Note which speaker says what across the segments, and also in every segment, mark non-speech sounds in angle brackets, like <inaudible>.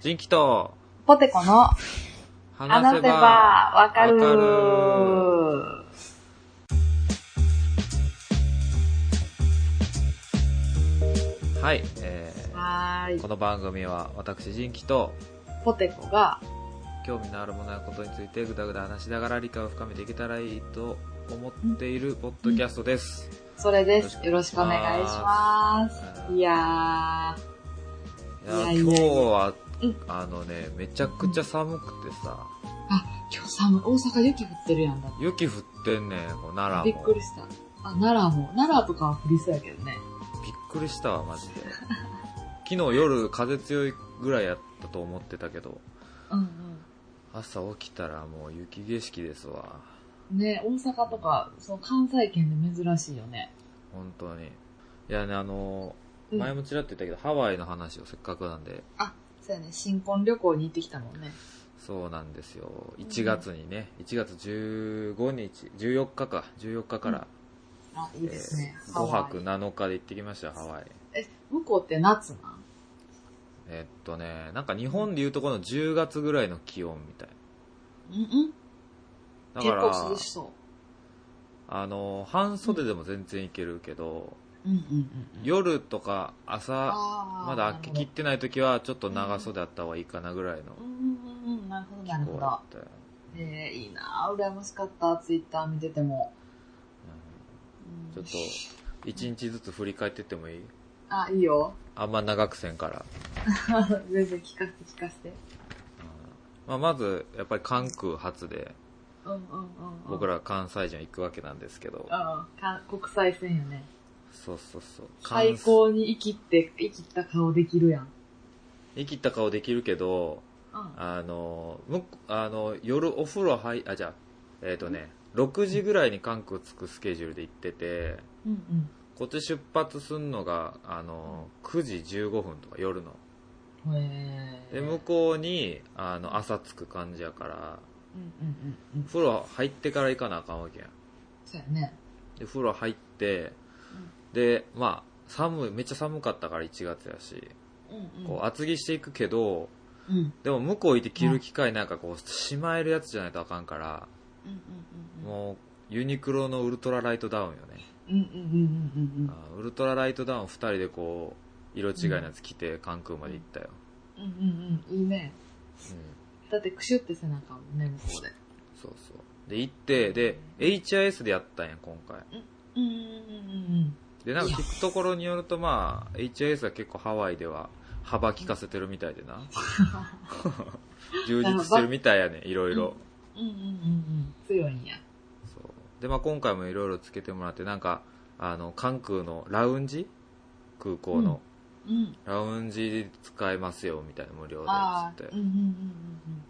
Speaker 1: 人気と、
Speaker 2: ポテコの話せばわかる
Speaker 1: わかるはい、え
Speaker 2: はー
Speaker 1: ー、
Speaker 2: い。
Speaker 1: この番組は私人気と、
Speaker 2: ポテコが、
Speaker 1: 興味のあるものやことについてぐだぐだ話しながら理解を深めていけたらいいと思っているポッドキャストです。
Speaker 2: それです。よ
Speaker 1: よ
Speaker 2: ろ
Speaker 1: ろ
Speaker 2: し
Speaker 1: し
Speaker 2: く
Speaker 1: く
Speaker 2: お
Speaker 1: お
Speaker 2: 願
Speaker 1: 願
Speaker 2: い
Speaker 1: い
Speaker 2: し
Speaker 1: し
Speaker 2: ま。
Speaker 1: ます
Speaker 2: いや
Speaker 1: いや
Speaker 2: いやいやいや
Speaker 1: 今日は
Speaker 2: うん、
Speaker 1: あのね、めちゃくちゃ寒くてさ、
Speaker 2: ー、今日寒い。大阪雪降ってるやんだって。
Speaker 1: 雪降ってんねん、こう奈良も。
Speaker 2: びっくりした。あ、奈良も。奈良とかは降りそうやけどね。
Speaker 1: びっくりしたわマジで <laughs> 昨日夜風強いぐらいやったと思ってたけど
Speaker 2: うん
Speaker 1: 朝起きたらもう雪景色ですわ
Speaker 2: うん。ね、大阪とか、その関西圏で珍しいよね。
Speaker 1: 本当にいやねあの
Speaker 2: うん
Speaker 1: 前もちらっと言ったけど、ハワイの話をせっかくなんで
Speaker 2: あ、そうやね。新婚旅行に行ってきたもんね。
Speaker 1: そうなんですよ1月にね1月15日14日か14日から、
Speaker 2: あ、いいですね。
Speaker 1: えー
Speaker 2: ハ
Speaker 1: 5
Speaker 2: ワイ
Speaker 1: 泊7日で行ってきましたハワイ
Speaker 2: え、向こうって夏なん
Speaker 1: えっとねなんか日本でいうとこの10月ぐらいの気温みたい
Speaker 2: うんうん。
Speaker 1: だ
Speaker 2: 結
Speaker 1: か
Speaker 2: 構涼
Speaker 1: ら
Speaker 2: しそ
Speaker 1: あの半袖でも全然いけるけど、
Speaker 2: う。うんうんうんうん。
Speaker 1: 夜とか朝
Speaker 2: あー
Speaker 1: まだ開けきっ。てない時はちょっと長袖あった方がいいかなぐらいの
Speaker 2: うんうんうん、なるほど、なる
Speaker 1: 気
Speaker 2: ほ
Speaker 1: 候
Speaker 2: ど
Speaker 1: だ。ったよ
Speaker 2: えー、いいなぁ、羨ましかった、ツイッター見てても。
Speaker 1: うんちょっと一日ずつ振り返ってってもいい
Speaker 2: あ、いいよ。 <laughs>
Speaker 1: あんま長くせんから、
Speaker 2: 全然聞かせて聞かせて。
Speaker 1: まあ、まずやっぱり関空発で
Speaker 2: うんうんうん、うん。
Speaker 1: 僕
Speaker 2: ら。
Speaker 1: ら関西人行くわけなんですけど
Speaker 2: うんか、国際線よね。
Speaker 1: そうそうそう関
Speaker 2: 最高に生きって、生きった顔できるやん。
Speaker 1: 生きた顔できるけど
Speaker 2: うん。
Speaker 1: あのむあの夜お風呂入あじゃあえっ、とね6時ぐらいに関空着くスケジュールで行ってて
Speaker 2: うんうん。
Speaker 1: こっち出発すんのがあの9時15分とか夜の
Speaker 2: へえ。
Speaker 1: で向こうにあの朝着く感じやから
Speaker 2: うんうんうんうん。
Speaker 1: 風呂入ってから行かなあかんわけやん
Speaker 2: そうやね。
Speaker 1: で風呂入ってでまあ寒いめっちゃ寒かったから1月やし
Speaker 2: うんうん。
Speaker 1: こう厚着していくけど
Speaker 2: うん。うん
Speaker 1: でも向こう行って着る機会なんかこうしまえるやつじゃないとあかんから
Speaker 2: うんうんうん。
Speaker 1: もうユニクロのウルトラライトダウンよね
Speaker 2: うんうんうんうん
Speaker 1: あウルトラライトダウン2人でこう色違いのやつ着て関空まで行ったよ、
Speaker 2: うんうん。うんうんうん。いいね。
Speaker 1: うん、
Speaker 2: だってクシュって背中もね、向こうで。
Speaker 1: そうそうで行ってで HIS でやったんや今回
Speaker 2: うんうんうんうん。
Speaker 1: でなんか聞くところによるとまあ HIS は結構ハワイでは幅利かせてるみたいでな充実してるみたいやねいろいろ
Speaker 2: うんうんうんうん。強いんや。
Speaker 1: そうでまあ今回もいろいろつけてもらってなんかあの関空のラウンジ空港の、
Speaker 2: うん。
Speaker 1: ラウンジ使えますよみたいな無料で
Speaker 2: あ
Speaker 1: つ
Speaker 2: あ
Speaker 1: っ、て
Speaker 2: うんうんうんうん。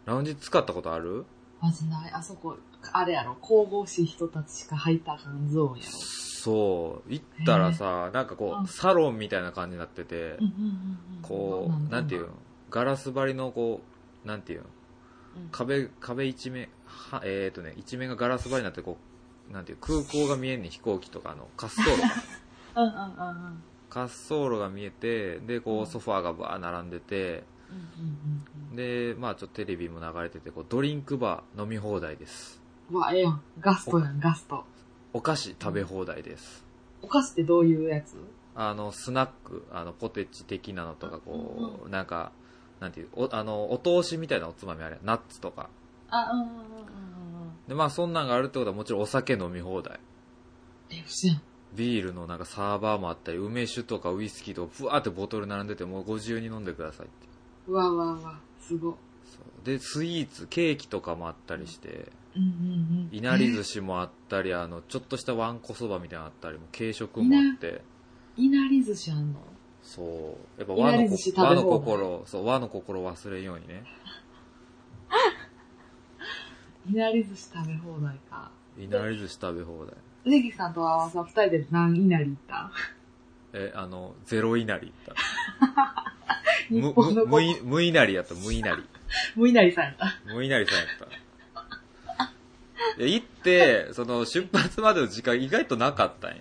Speaker 1: ラウンジ使ったことある
Speaker 2: まずない、あそこ、あれやろ、神々しい人たちしか入ったらあかんゾーンやろ。
Speaker 1: そう行ったらさなんかこ
Speaker 2: うん
Speaker 1: うサロンみたいな感じになってて、
Speaker 2: うんうんうん
Speaker 1: こうなんていうのガラス張りのこうなんていうの壁壁一面はえっ、とね一面がガラス張りになってこうなんていう空港が見えんねん飛行機とかの滑走路 <laughs>
Speaker 2: うんうんうんうん。
Speaker 1: 滑走路が見えてでこ
Speaker 2: うん
Speaker 1: うソファーがバー並んでて
Speaker 2: うんうんうん
Speaker 1: でまあちょっとテレビも流れててこうドリンクバー飲み放題です
Speaker 2: うん。うわ、ええやん。ガストやん、ガスト。
Speaker 1: お菓子食べ放題です
Speaker 2: お菓子ってどういうやつ
Speaker 1: あのスナックあのポテチ的なのとかこうなんかなんていうおあのお通しみたいなおつまみあれナッツとか
Speaker 2: あ、うんうんうんうんうん。
Speaker 1: でまあそんなんがあるってことはもちろんお酒飲み放題
Speaker 2: え、不思やん。
Speaker 1: ビールのなんかサーバーもあったり梅酒とかウイスキーとかふわーってボトル並んでてもうご自由に飲んでくださいって
Speaker 2: うわうわうわ、すご。
Speaker 1: そうでスイーツケーキとかもあったりして
Speaker 2: うんうんうん。
Speaker 1: いなり寿司もあったりあのちょっとしたわんこそばみたいなのあったりも軽食もあって
Speaker 2: いなり寿司あんの
Speaker 1: そうやっぱ
Speaker 2: い
Speaker 1: 和
Speaker 2: な
Speaker 1: の
Speaker 2: り寿司食
Speaker 1: こ和
Speaker 2: べ放題
Speaker 1: の心そう和の心を忘れんようにね
Speaker 2: いなり寿司食べ放題か。
Speaker 1: いなり寿司食べ放題
Speaker 2: ネギさんとはさ、二人で何いなり行った
Speaker 1: えあのゼロいなりだった
Speaker 2: <laughs> 日
Speaker 1: む
Speaker 2: 本の
Speaker 1: む
Speaker 2: こ
Speaker 1: むいむいなりやったむいなり
Speaker 2: 無いなりさんやった。
Speaker 1: もう稲荷さんやった。いや行って、その出発までの時間意外となかったんや。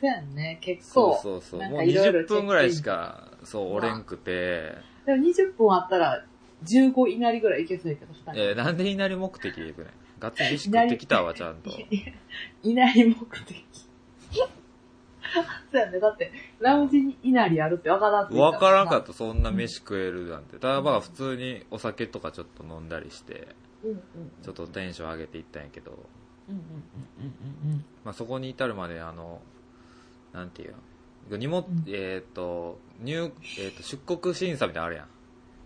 Speaker 2: そうやんね、結
Speaker 1: そう
Speaker 2: 構。
Speaker 1: そうそう。
Speaker 2: なん
Speaker 1: もう
Speaker 2: かいろいろ
Speaker 1: 20分ぐらいしか、そう、
Speaker 2: うわ
Speaker 1: おれんくて、
Speaker 2: でも20分あったら15いなりぐらいいけそうやけど、2人。
Speaker 1: えー、なんでいなり目的で行くねんガッツ飯食ってきたわ、ちゃんと。
Speaker 2: いなり目的。 <laughs> そうやね。だって、ラウンジにいなりあるって分からん
Speaker 1: わからんか
Speaker 2: っ
Speaker 1: った、そんな飯食えるなんて。ただまあ普通にお酒とかちょっと飲んだりして、
Speaker 2: た。うんうん。
Speaker 1: ちょっとテンション上げていったんやけど、
Speaker 2: うんうんうんうんうん
Speaker 1: まあそこに至るまで、あの、なんていうの荷物
Speaker 2: うん、
Speaker 1: えっ、と、入、えっ、と、出国審査みたいなのあるやん。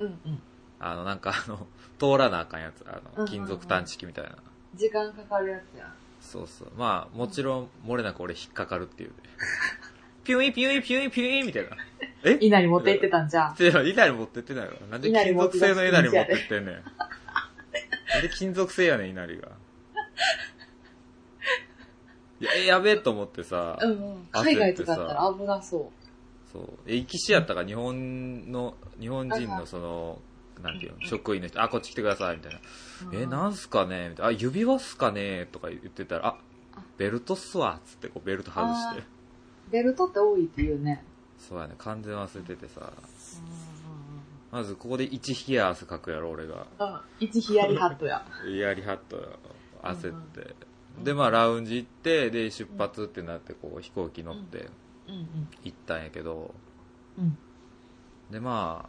Speaker 2: うん。うんうん。
Speaker 1: あの、なんか <laughs> あの、通らなあかんやつ。あ
Speaker 2: うんうんう
Speaker 1: の、
Speaker 2: ん
Speaker 1: 金属探知機みたいな。
Speaker 2: 時間かかるやつや。
Speaker 1: そうそう。まあ、もちろん、漏れなく俺引っかかるって <laughs> いうね。ピュイピュイピュイピュイみたいな。え
Speaker 2: いなり持って行ってたんじゃん。
Speaker 1: っていなり持ってってないわ。なんで金属製のいなり持ってってんねん。なんで金属製やねん、いなりが。いや、えやべえと思ってさ、
Speaker 2: うんうん。海外とかだったら危なそ
Speaker 1: そう。え、行きしやったから日本の、日本人のその、なんていうの、職員の人、あ、こっち来てください、みたいな。
Speaker 2: う。
Speaker 1: え、なんすかねみたいな。あ、指輪っすかねとか言ってたら、あ
Speaker 2: あ、
Speaker 1: ベルトっすわ、つってこうベルト外して
Speaker 2: あ。ベルトって多いっていうね。
Speaker 1: そうやね、完全忘れててさ。
Speaker 2: う
Speaker 1: まずここで1冷や汗かくやろ、俺が。
Speaker 2: んうんうん。一ヒヤリハットや。
Speaker 1: イヤリハット焦って、
Speaker 2: うん
Speaker 1: でまあラウンジ行ってで出発ってなってこう飛行機乗って
Speaker 2: うんうん。
Speaker 1: 行ったんやけど、
Speaker 2: うん
Speaker 1: でまあ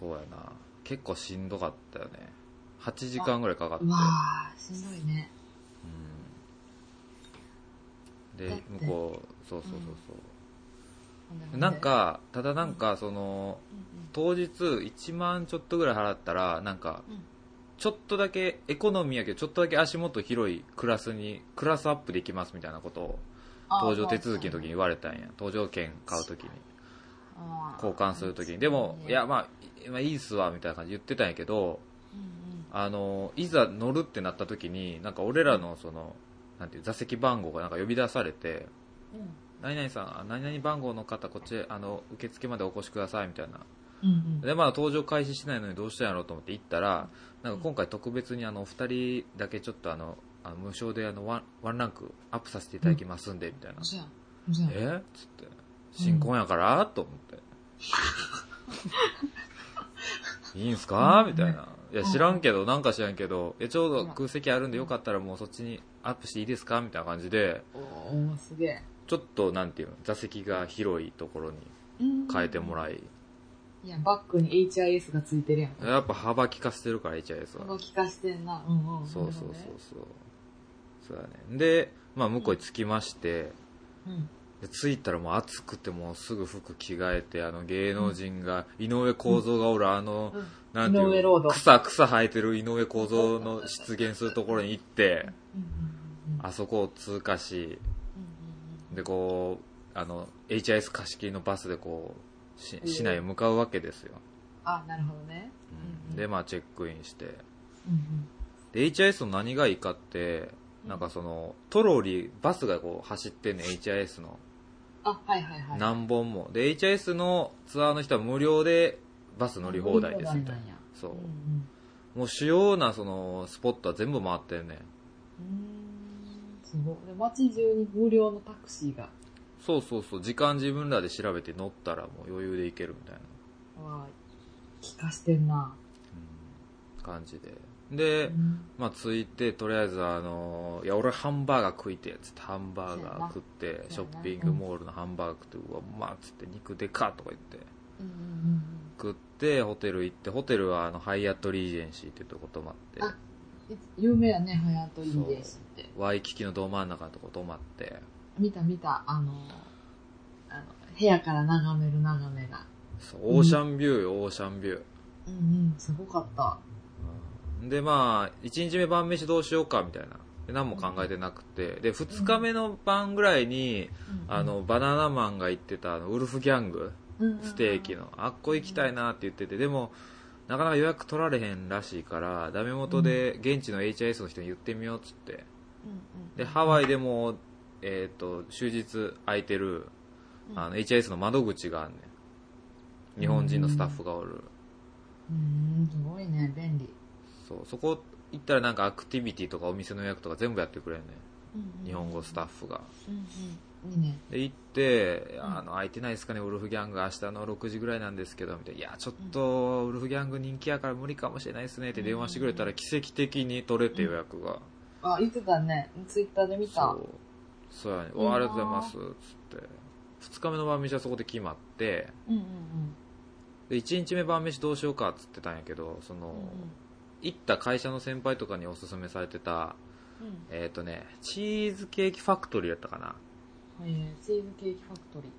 Speaker 1: そうやな結構しんどかったよね8時間ぐらいかかって
Speaker 2: うわぁ、しんどいね。
Speaker 1: うんで
Speaker 2: だって
Speaker 1: 向こうそうそうそう
Speaker 2: ほで
Speaker 1: そ
Speaker 2: ほ
Speaker 1: う
Speaker 2: で
Speaker 1: なん、かただなんかその
Speaker 2: うんうん
Speaker 1: 当日1万ちょっとぐらい払ったらなんか
Speaker 2: うん
Speaker 1: ちょっとだけエコノミーやけどちょっとだけ足元広いクラスにクラスアップできますみたいなことを搭乗手続きの時に言われたんや搭乗券買う時に交換する時にでもいや、まあいまあいいっすわみたいな感じで言ってたんやけどあのいざ乗るってなった時になんか俺らのそのなんていう座席番号がなんか呼び出されて何々さんあ何々番号の方こっちあの受付までお越しくださいみたいなでまあ登場開始しないのにどうしたんやろうと思って行ったらなんか今回特別にあのお二人だけちょっとあのあの無償であのワンワンランクアップさせていただきますんでみたいなえっつって新婚やから、と思
Speaker 2: <laughs>
Speaker 1: っていいんすかみたいないや
Speaker 2: うん
Speaker 1: 知らんけどなんか知らんけどえちょうど空席あるんでよかったらもうそっちにアップしていいですかみたいな感じで
Speaker 2: おおすげえ
Speaker 1: ちょっとなんていうの座席が広いところに変えても
Speaker 2: う
Speaker 1: らい、
Speaker 2: いやバックに HIS がついてるやん
Speaker 1: やっぱ幅利かしてるから HIS は
Speaker 2: 動きかしてんなうんうん
Speaker 1: そうそうそうそうそうだねで、まあ、向こうに着きまして、
Speaker 2: うん
Speaker 1: で着いたらもう暑くてもうすぐ服着替えてあの芸能人が、井上公造がおるあの、
Speaker 2: うん
Speaker 1: なんて
Speaker 2: 井
Speaker 1: い
Speaker 2: 上
Speaker 1: う
Speaker 2: ロード
Speaker 1: の草草生えてる井上公造の出現するところに行って
Speaker 2: うん
Speaker 1: あそこを通過しでこうあの HIS 貸し切りのバスでこうし
Speaker 2: うん
Speaker 1: 市内へ向かうわけですよ、
Speaker 2: あなるほどね
Speaker 1: うんでまあチェックインして
Speaker 2: うん
Speaker 1: で HIS の何がいいかってなんかそのトロリーバスがこう走ってんねん HIS の
Speaker 2: あはいはいはい
Speaker 1: 何本もで HIS のツアーの人は無料でバス乗り放題ですみたいなそうもう主要なそのスポットは全部回ってんねん
Speaker 2: すごい街中に無料のタクシーが
Speaker 1: そうそうそう時間自分らで調べて乗ったらもう余裕で行けるみたいな、
Speaker 2: わ聞かしてんな
Speaker 1: 感じでで、まあ着いてとりあえずあのいや俺ハンバーガー食いてっつってハンバーガー食ってシ
Speaker 2: そ
Speaker 1: ョ
Speaker 2: うやな
Speaker 1: ッピングモールのハンバーガー食ってうわうまっつって肉でかっとか言って
Speaker 2: うんうん
Speaker 1: 食ってホテル行ってホテルはあのハイアットリージェンシーっていうとこ泊まって
Speaker 2: あうん有名やねハヤトインデーシって
Speaker 1: ワイキキのど真ん中のとこ泊まって
Speaker 2: 見た見た、あの、あの部屋から眺める眺めが。
Speaker 1: そうオーシャンビューよ、オーシャンビュー
Speaker 2: うんうん、すごかった。
Speaker 1: でまあ1日目晩飯どうしようかみたいなで何も考えてなくてで2日目の晩ぐらいに、あのバナナマンが行ってたあのウルフギャング
Speaker 2: うんうんうん、
Speaker 1: ステーキの、あっこ行きたいなって言っててでもなかなか予約取られへんらしいからダメ元で現地の HIS の人に言ってみようっつって
Speaker 2: うんうんうん、
Speaker 1: でハワイでも、えー、と終日空いてる
Speaker 2: うん
Speaker 1: あの HIS の窓口があんねん日本人のスタッフがおる、
Speaker 2: うん、すごいね、便利。
Speaker 1: そうそこ行ったらなんかアクティビティとかお店の予約とか全部やってくれんね日本語スタッフが。
Speaker 2: うんいいね
Speaker 1: で、行って、
Speaker 2: ん
Speaker 1: あの、空いてないですかね、ウルフギャング、明日の6時ぐらいなんですけど、みたいな。いや、ちょっと、ウルフギャング人気やから無理かもしれないですね、って電話してくれたら奇跡的に取れて予約が。
Speaker 2: あ言ってたねツイッターで見た
Speaker 1: そう。そうやね。おありがとうございます、つって。2日目の晩飯はそこで決まって、
Speaker 2: うんうんうん
Speaker 1: で、1日目晩飯どうしようか、つってたんやけど、その、行った会社の先輩とかにおすすめされてた、
Speaker 2: うん
Speaker 1: えっ、とね、チーズケーキファクトリーやったかな。
Speaker 2: うんえーチーズケーキファクトリー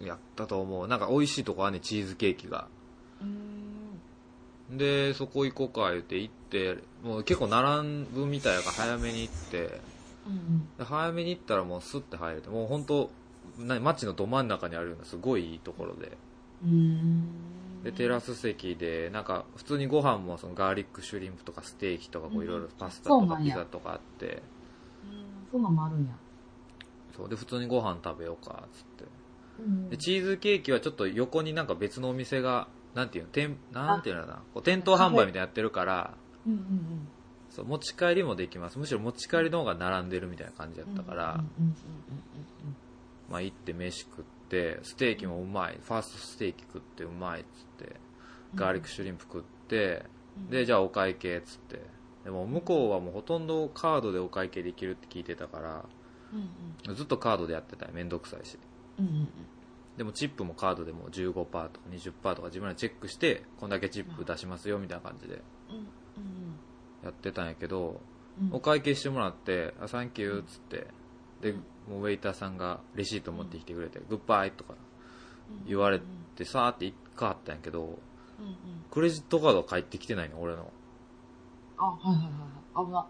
Speaker 2: うん
Speaker 1: やったと思う。なんか美味しいとこはね、チーズケーキが。
Speaker 2: うんうーん
Speaker 1: で、そこ行こうか、言って行って、もう結構並ぶみたいやから早めに行って、
Speaker 2: うんうん
Speaker 1: で早めに行ったらもうスッて入れて、もうほんと、な街のど真ん中にあるようなすごいいいところで。
Speaker 2: うーん
Speaker 1: で、テラス席で、なんか普通にご飯もそのガーリックシュリンプとかステーキとかこういろいろパスタ
Speaker 2: そ
Speaker 1: と
Speaker 2: うな
Speaker 1: か
Speaker 2: ん
Speaker 1: ピ
Speaker 2: や
Speaker 1: ザとかあって、
Speaker 2: うんそんなんもあるんや
Speaker 1: そう、で、普通にご飯食べようか、つって。
Speaker 2: うん
Speaker 1: でチーズケーキはちょっと横になんか別のお店が、なんていうの、店なんていうのかな、こう店頭販売みたいなのやってるから、
Speaker 2: うんうん
Speaker 1: そう持ち帰りもできます。むしろ持ち帰りの方が並んでるみたいな感じだ
Speaker 2: う
Speaker 1: っ
Speaker 2: ん
Speaker 1: たから、
Speaker 2: うんうん
Speaker 1: まあ行って飯食って、ステーキもうまい、ファーストステーキ食ってうまいっつって、ガーリックシュリンプ食って、
Speaker 2: うんうん
Speaker 1: で、じゃあお会計っつって。でも向こうはもうほとんどカードでお会計できるって聞いてたから、
Speaker 2: うんうん
Speaker 1: ずっとカードでやってたよ。めんどくさいし。
Speaker 2: うんうん
Speaker 1: でもチップもカードでも15%とか20%とか自分らでチェックして、こんだけチップ出しますよみたいな感じで
Speaker 2: うんうん
Speaker 1: やってたんやけど、
Speaker 2: うんうん
Speaker 1: お会計してもらって、あ、サンキューっつって、で
Speaker 2: うん、
Speaker 1: もうウェイターさんがレシート持ってきてくれて、グッバイとか言われ
Speaker 2: うん
Speaker 1: て、さーって行っかあったんやけど、
Speaker 2: うんうん
Speaker 1: クレジットカードが返ってきてないの、俺の。
Speaker 2: あはいはいはいはい危な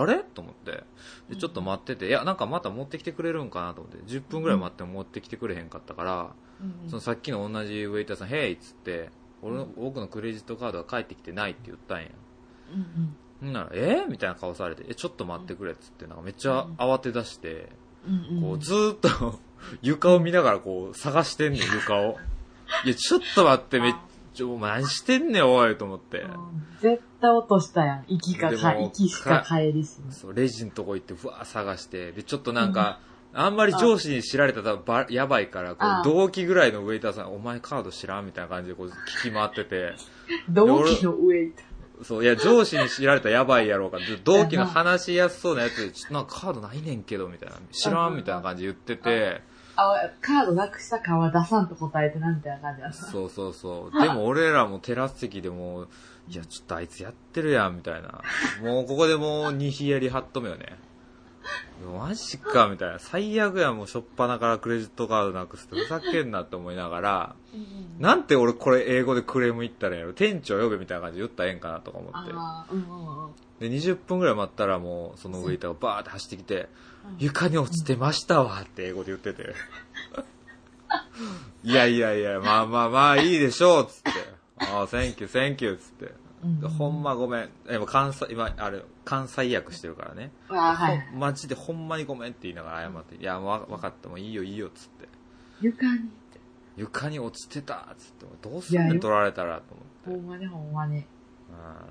Speaker 1: あれと思って。
Speaker 2: う
Speaker 1: で、
Speaker 2: ん
Speaker 1: ちょっと待ってて、いや、なんかまた持ってきてくれるんかなと思って、10分ぐらい待っても持ってきてくれへんかったから、
Speaker 2: うんうん
Speaker 1: そのさっきの同じウェイターさん、へいっつって、俺の
Speaker 2: う、
Speaker 1: 僕のクレジットカードが返ってきてないって言ったんや。
Speaker 2: うんうん
Speaker 1: ほんなら、えみたいな顔されて、え、ちょっと待ってくれっつって、なんかめっちゃ慌て出して、
Speaker 2: うんうん
Speaker 1: こうずーっと <laughs> 床を見ながらこう探してんねん、床を。いや、ちょっと待って、めっちゃ、お前何してんねん、おい、と思って。
Speaker 2: うん絶対落としたやん。行きか
Speaker 1: で
Speaker 2: 帰
Speaker 1: も
Speaker 2: 行きしか帰りしない。
Speaker 1: そう、レジのとこ行って、ふわー探して、で、ちょっとなんか、あんまり上司に知られたらばやばいから、こ
Speaker 2: あ
Speaker 1: う
Speaker 2: あ
Speaker 1: 同期ぐらいのウェイターさん、お前カード知らんみたいな感じでこう聞き回ってて、
Speaker 2: 同期の上いた。
Speaker 1: そう、いや、上司に知られたらやばいやろうから、で同期の話しやすそうなやつで、ちょっとなんかカードないねんけど、みたいな、知らんみたいな感じで言ってて、
Speaker 2: あ、カードなくしたかは出さんと答えてなみたいな感じだった。
Speaker 1: そうそうそう。 <laughs> でも俺らもテラス席でもう、いや、ちょっとあいつやってるやん、みたいな。もうここでもう、にひやりはっとめよね。マジか、みたいな。最悪やん、もう、しょっぱなからクレジットカードなくすって、ふざけんなって思いながら、
Speaker 2: うん
Speaker 1: なんて俺これ英語でクレーム言ったらええんやろ。店長呼べみたいな感じで言ったらええんかなとか思って。
Speaker 2: ああ、うんうんうん。
Speaker 1: で、20分ぐらい待ったらもう、そのウェイターがバーって走ってきて、
Speaker 2: うん
Speaker 1: 床に落ちてましたわって英語で言ってて。 <laughs> いやいやいや、まあまあまあいいでしょうっつって。ああ、センキュー、センキューっつって。
Speaker 2: うん
Speaker 1: でほんまごめん。え、もう関西、今、あれ、関西訳してるからね。
Speaker 2: ああ、はい。
Speaker 1: マジでほんまにごめんって言いながら謝って。いや、わ分かった、もういいよいいよっつって。
Speaker 2: 床に。
Speaker 1: 床に落ちてたっつって。どうすんねん取られたらと
Speaker 2: ほ
Speaker 1: 思って。
Speaker 2: んまにほんまに。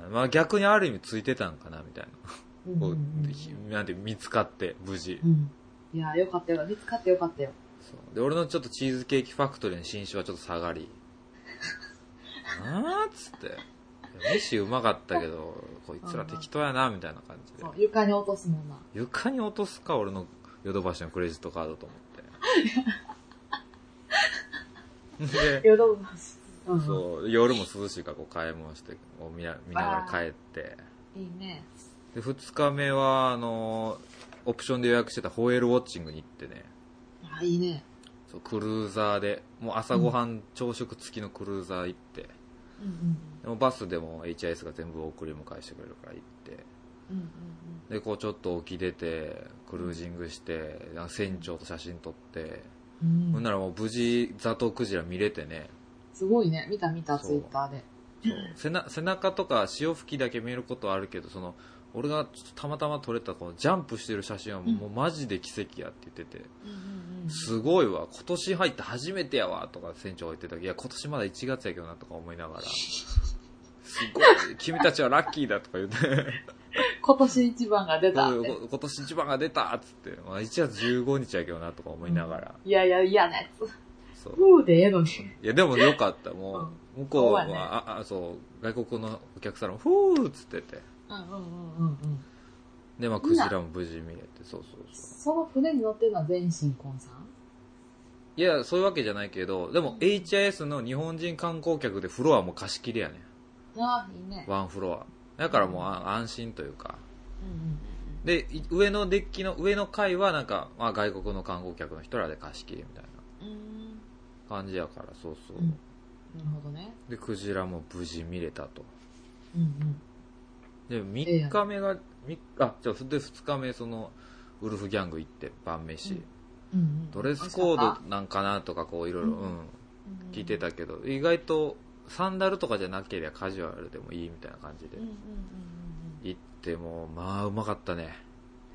Speaker 1: うんまあ逆にある意味ついてたんかなみたいな。
Speaker 2: うん
Speaker 1: こ
Speaker 2: う
Speaker 1: うんひなんて見つかって、無事
Speaker 2: う。ん。いや、よかったよ。見つかってよかったよ。
Speaker 1: そうで俺のちょっとチーズケーキファクトリーの新種はちょっと下がり <laughs> あーっつって飯うまかったけどこいつら適当やなみたいな感じで
Speaker 2: そう床に落とすもんな。
Speaker 1: 床に落とすか俺のヨドバシのクレジットカードと思って
Speaker 2: <laughs>
Speaker 1: で
Speaker 2: よどぶます。うん
Speaker 1: そう夜も涼しいからこう買い物してこう見な見ながら帰って
Speaker 2: いいね。
Speaker 1: で2日目はあのオプションで予約してたホエールウォッチングに行ってね
Speaker 2: あいいね。
Speaker 1: そうクルーザーでもう朝ごはん朝食付きのクルーザー行って、
Speaker 2: うんうん
Speaker 1: でもバスでも HIS が全部送り迎えしてくれるから行って
Speaker 2: うん。うんうん
Speaker 1: でこうちょっと沖出てクルージングしてなんか船長と写真撮って、
Speaker 2: うん。
Speaker 1: ほ
Speaker 2: うんん
Speaker 1: ならもう無事ザトウクジラ見れてね
Speaker 2: すごいね。見た見た、
Speaker 1: そう
Speaker 2: ツイッターで。
Speaker 1: そう背な背中とか潮吹きだけ見えることはあるけどその俺がちょっとたまたま撮れたこのジャンプしてる写真はもうマジで奇跡やって言ってて、
Speaker 2: うんうんうん。
Speaker 1: すごいわ今年入って初めてやわとか船長が言ってたけどいや今年まだ1月やけ
Speaker 2: <laughs>
Speaker 1: どなとか思いながらすごい君たちはラッキーだとか言って
Speaker 2: 今年一番が出たって。
Speaker 1: こ今年一番が出たっつって、まあ、1月15日やけどなとか思いながら、
Speaker 2: いやいや、嫌なやつ。
Speaker 1: そう
Speaker 2: ふうでええのに。
Speaker 1: いやでもよかったもう向こうは、
Speaker 2: そうやね
Speaker 1: ああそう外国のお客さんも「ふー」っつってて
Speaker 2: うんうんうんうんうん。
Speaker 1: でまあクジラも無事見れてそうそうそう
Speaker 2: その船に乗ってるのは全新婚さん
Speaker 1: いやそういうわけじゃないけどでも
Speaker 2: うん
Speaker 1: HIS の日本人観光客でフロアも貸し切りやね
Speaker 2: ああ、いいね。
Speaker 1: ワンフロアだからもうあ安心というか
Speaker 2: うんうんうん
Speaker 1: でい上のデッキの上の階はなんか、まあ、外国の観光客の人らで貸し切りみたいな
Speaker 2: うん。うん。
Speaker 1: 感じやからそうそう、
Speaker 2: うんなるほどね。
Speaker 1: でクジラも無事見れたと
Speaker 2: うんうん。
Speaker 1: で3日目が、みあじゃあそれで2日目そのウルフギャング行って晩飯、
Speaker 2: うんうんうん、
Speaker 1: ドレスコードなんかなとかこういろいろ、
Speaker 2: う
Speaker 1: うんん聞いて
Speaker 2: け
Speaker 1: たけど意外とサンダルとかじゃなければカジュアルでもいいみたいな感じで、
Speaker 2: うんうんうん
Speaker 1: 行ってもうまあうまかったね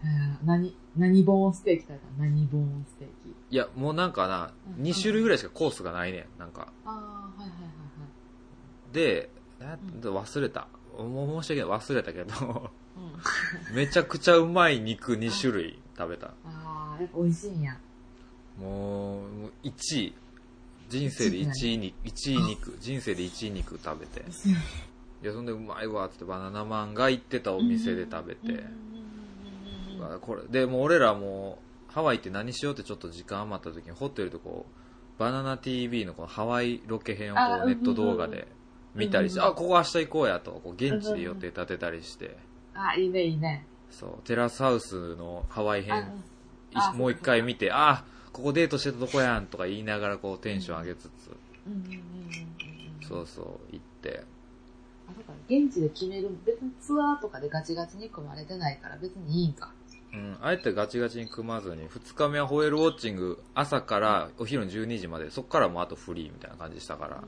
Speaker 2: うんうんえー何、何ボーンステーキ食べたの何ボーンステーキ。
Speaker 1: いやもうなんかな、
Speaker 2: うん
Speaker 1: 2種類ぐらいしかコースがないねんなんか
Speaker 2: ああ、はいはいはいはい。
Speaker 1: でな
Speaker 2: うん
Speaker 1: 忘れたもう申し訳ない忘れたけど <laughs>
Speaker 2: うん。
Speaker 1: めちゃくちゃうまい肉2種類食べた
Speaker 2: ああ、やっぱ美味しいんや。
Speaker 1: もうもう1位人生で1位に1位肉人生で1位肉食べ
Speaker 2: <laughs>
Speaker 1: ていやそんでうまいわっつってバナナマンが行ってたお店で食べて、
Speaker 2: うんうんうんうんうんうん
Speaker 1: あこれでもう俺らもうハワイって何しようってちょっと時間余った時にホテルでこうバナナ TV のこのハワイロケ編を
Speaker 2: あ
Speaker 1: こうん
Speaker 2: う
Speaker 1: ネット動画で見たりして、
Speaker 2: うんうん
Speaker 1: あここ明日行こうやとこう現地で予定立てたりして、
Speaker 2: あ、いいね、いいね。
Speaker 1: そうテラスハウスのハワイ
Speaker 2: あ
Speaker 1: 編
Speaker 2: あ
Speaker 1: いもう一回見てあここデートしてたとこやんとか言いながらこうテンション上げつつ、
Speaker 2: うんうんうんうんうん
Speaker 1: そうそう行って
Speaker 2: あ、だから現地で決める、別にツアーとかでガチガチに組まれてないから別にいいんか。
Speaker 1: うん、あえてガチガチに組まずに2日目はホエールウォッチング朝からお昼の12時までそこからもうあとフリーみたいな感じしたから、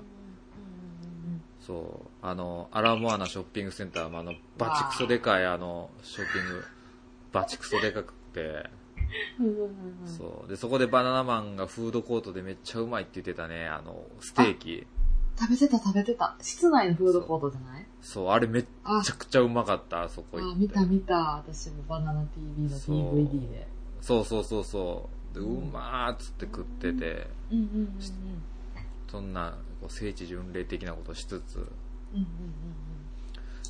Speaker 1: そうあのアラモアナショッピングセンターもあのバチクソでかいあのショッピングバチクソでかくて、
Speaker 2: うんうんうんうんうん
Speaker 1: そうでそこでバナナマンがフードコートでめっちゃうまいって言ってたねあのステーキ
Speaker 2: 食べてた食べてた。室内のフードコートじゃない
Speaker 1: そうあれめっ
Speaker 2: あ
Speaker 1: ちゃくちゃうまかったあそこ行
Speaker 2: あ
Speaker 1: っ
Speaker 2: 見
Speaker 1: て
Speaker 2: た見た。私もバナナ TV の
Speaker 1: そう
Speaker 2: DVD で。
Speaker 1: そうそうそうそうでうまーっつって食ってて
Speaker 2: うんうんうんうん。
Speaker 1: そんなこう聖地巡礼的なことしつつ
Speaker 2: うんうん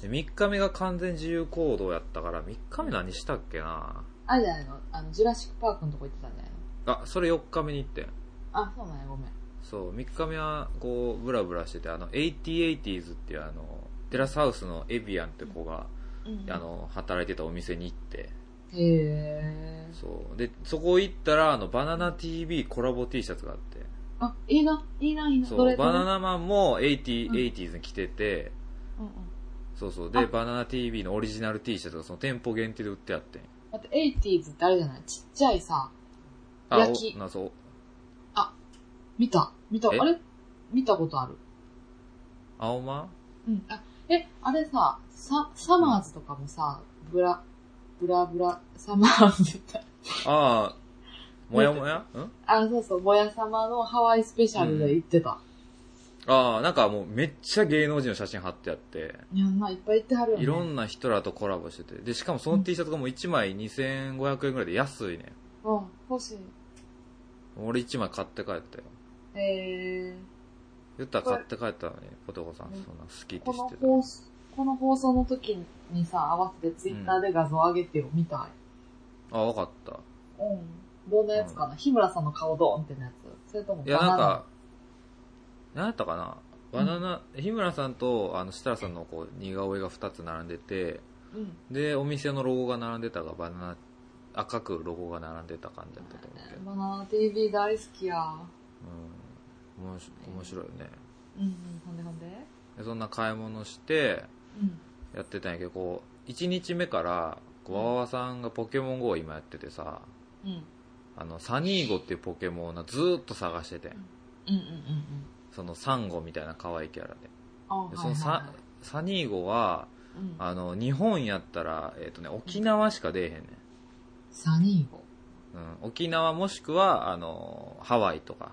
Speaker 1: で3日目が完全自由行動やったから3日目何したっけな
Speaker 2: あれじゃないのあの、ジュラシックパークのとこ行ってたんじゃないの
Speaker 1: あそれ4日目に行ってん
Speaker 2: あ、そうなんや、ごめん。
Speaker 1: そう3日目はこうブラブラしててあの 8080s っていうあのテラスハウスのエビアンって子が、
Speaker 2: うんうん
Speaker 1: あ、の働いてたお店に行って
Speaker 2: へえ。
Speaker 1: そうでそこ行ったらあのバナナ TV コラボ T シャツがあって
Speaker 2: あ、いいな、いいな、いいな、ど
Speaker 1: そう
Speaker 2: れ
Speaker 1: バナ
Speaker 2: ナ、
Speaker 1: ナマンも
Speaker 2: うん
Speaker 1: 8080s に着てて、
Speaker 2: うんうん。
Speaker 1: そうそうで
Speaker 2: あ
Speaker 1: バナナ TV のオリジナル T シャツがその店舗限定で売ってあってん
Speaker 2: 待って、エイティーズってあれじゃないちっちゃいさ、
Speaker 1: あ
Speaker 2: 焼き
Speaker 1: おなそう
Speaker 2: 見た、見た、
Speaker 1: え
Speaker 2: あれ見たことある。
Speaker 1: 青間
Speaker 2: うん。あ、え、あれさ、サ、サマーズとかもさ、ブラ、ブラブラ、サマーズって。
Speaker 1: ああもやもやん
Speaker 2: <laughs> あ、そうそう、ぼや様のハワイスペシャルで行ってた。
Speaker 1: ああなんかもうめっちゃ芸能人の写真貼ってあって
Speaker 2: いや、まあいっぱい行ってはるよね。
Speaker 1: いろんな人らとコラボしててでしかもその T シャツがもう1枚2500円ぐらいで安いね
Speaker 2: うん、欲しい。
Speaker 1: 俺1枚買って帰ったよ
Speaker 2: え
Speaker 1: 言ったら買って帰ったのにポテコさん
Speaker 2: う
Speaker 1: そ
Speaker 2: ん
Speaker 1: んな好きっ
Speaker 2: ー、こ
Speaker 1: て知
Speaker 2: の
Speaker 1: ってた
Speaker 2: 放送、この放送の時にさ、合わせてツイッターで画像上げてよ、見た
Speaker 1: あ分かった
Speaker 2: い。うん。どんなやつかな、日村さんの顔ドーンってのやつそれとも
Speaker 1: いや
Speaker 2: バ
Speaker 1: な
Speaker 2: ナ
Speaker 1: ん
Speaker 2: ナ
Speaker 1: か何やったかなバナナ、日村さんとあの設楽さんのこう似顔絵が2つ並んでて
Speaker 2: うん。
Speaker 1: でお店のロゴが並んでたがバナナ赤くロゴが並んでた感じだったと思うけど、
Speaker 2: バナナ TV 大好きや。
Speaker 1: うん、面白面白いよね
Speaker 2: うんうん、ほんでほんで。
Speaker 1: でそんな買い物して
Speaker 2: うん。
Speaker 1: やってたんやけどこう1日目からこうわわわさんがポケモン GO を今やっててさ
Speaker 2: うん。
Speaker 1: あのサニーゴっていうポケモンをなずーっと探してて
Speaker 2: うんうんうんうん。
Speaker 1: そのサンゴみたいな可愛いキャラで
Speaker 2: あ
Speaker 1: でそのサ,、サニーゴは
Speaker 2: うん、
Speaker 1: あの日本やったら、えっとね、沖縄しか出えへんね
Speaker 2: サニーゴ。
Speaker 1: ん、うん、沖縄もしくはあのハワイとか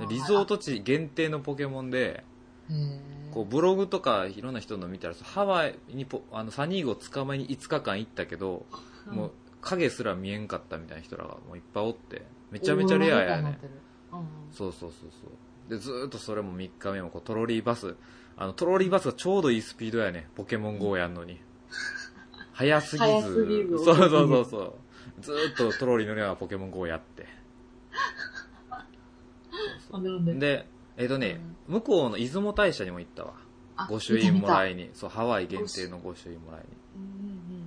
Speaker 1: でリゾート地限定のポケモンで
Speaker 2: へ
Speaker 1: こうブログとかいろんな人の見たらハワイにポあのサニーゴ捕まえに5日間行ったけど、
Speaker 2: え。
Speaker 1: も
Speaker 2: う、
Speaker 1: うん影すら見えんかったみたいな人らがもういっぱいおってめちゃめちゃレアやね
Speaker 2: うんうん。
Speaker 1: そうそうそうそうでずーっとそれも3日目もこうトロリーバスあのトロリーバスがちょうどいいスピードやねポケモン GO やんの
Speaker 2: <laughs>
Speaker 1: に早すぎ
Speaker 2: 早
Speaker 1: ず
Speaker 2: すぎず
Speaker 1: そうそうそうそうずーっとトロリー乗りながらポケモン GO やって
Speaker 2: あ、なんで。
Speaker 1: でえっ、とね、向こうの出雲大社にも行ったわ
Speaker 2: あ
Speaker 1: 御朱印もら
Speaker 2: い。
Speaker 1: いにそうハワイ限定の御朱印もらいに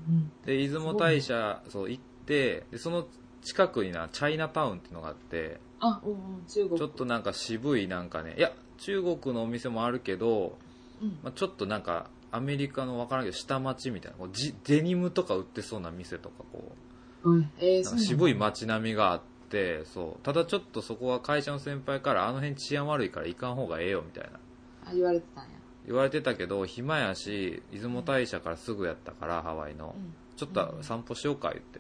Speaker 2: うんうん
Speaker 1: で出雲大社そう行ってでその近くになチャイナタウンっていうのがあって
Speaker 2: うん。あ、うんうん、中国。
Speaker 1: ちょっとなんか渋いなんかねいや中国のお店もあるけど、
Speaker 2: うん。
Speaker 1: まあ、ちょっとなんかアメリカのわからんけど下町みたいなこうジデニムとか売ってそうな店とかこ
Speaker 2: うん
Speaker 1: う
Speaker 2: えー、
Speaker 1: な
Speaker 2: そ
Speaker 1: んか
Speaker 2: うなんだ
Speaker 1: 渋い。街並みがあってそうただちょっとそこは会社の先輩からあの辺治安悪いから行かん方がええよみたいな
Speaker 2: あ、言われてたんや。
Speaker 1: 言われてたけど暇やし出雲大社からすぐやったからハワイの
Speaker 2: うん
Speaker 1: ちょっと散歩しようか言って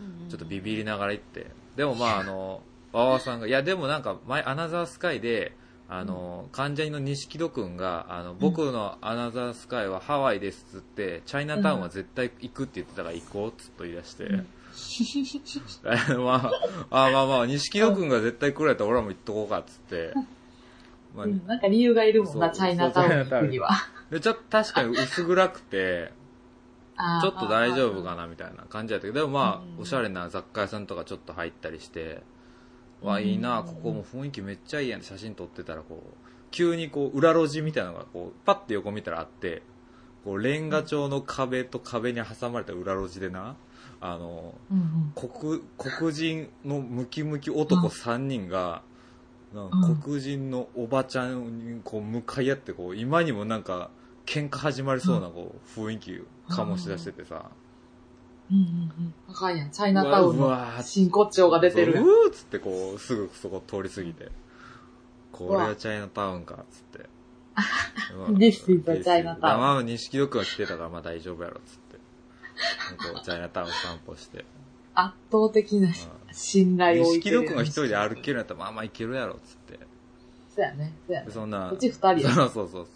Speaker 2: うんうん。
Speaker 1: ちょっとビビりながら行って。でもまああの、わわさんが、いやでもなんか前、アナザースカイで、あの、関ジャニの錦戸くんが、あの、僕のアナザースカイはハワイですっつって、チャイナタウンは絶対行くって言ってたから行こうっつっと言い出して、
Speaker 2: うん
Speaker 1: あの <laughs> まあ、あまあまあ、錦戸くんが絶対来るやったら俺らも行っとこうかっつって、
Speaker 2: <laughs>
Speaker 1: まあ
Speaker 2: う、ん、なんか理由がいるもんな、チ
Speaker 1: そう
Speaker 2: ャイナタウンに行くには。
Speaker 1: でちょっと確かに薄暗くて、
Speaker 2: あー
Speaker 1: ちょっと大丈夫かなみたいな感じだったけど、でもま
Speaker 2: うん
Speaker 1: あ、おしゃれな雑貨屋さんとかちょっと入ったりして、わ、いいな、
Speaker 2: うん
Speaker 1: ここも雰囲気めっちゃいいやんって写真撮ってたら、こう、急にこう、裏路地みたいなのが、こう、パッて横見たらあって、こう、レンガ調の壁と壁に挟まれた裏路地でな、あの、
Speaker 2: うんうん。
Speaker 1: 黒黒人のムキムキ男3人が、なんか
Speaker 2: うん
Speaker 1: 黒人のおばちゃんにこう向かい合ってこう今にもなんか喧嘩始まりそうなこう雰囲気醸し出しててさ、
Speaker 2: うんうんうん。高いやん。チャイナタウン
Speaker 1: うわう
Speaker 2: の
Speaker 1: わ
Speaker 2: 真骨頂が出てる
Speaker 1: そ
Speaker 2: や。
Speaker 1: うんうーっつってこうすぐそこ通り過ぎてこれはチャイナタウンかっつ
Speaker 2: <laughs>
Speaker 1: って
Speaker 2: ん This is the
Speaker 1: うん
Speaker 2: Chinatown
Speaker 1: まあまあ錦戸君は来てたからまあ大丈夫やろっつってこうチャイナタウン散歩して、
Speaker 2: 圧倒的な
Speaker 1: うん
Speaker 2: 信 <laughs> 頼を置いて
Speaker 1: 錦戸
Speaker 2: るやん。
Speaker 1: 君が一人で歩けるんやったらまあまあいけるやろっつって
Speaker 2: そうやね。そうやね
Speaker 1: で。そんな
Speaker 2: こっち二人や。
Speaker 1: そうそうそうそう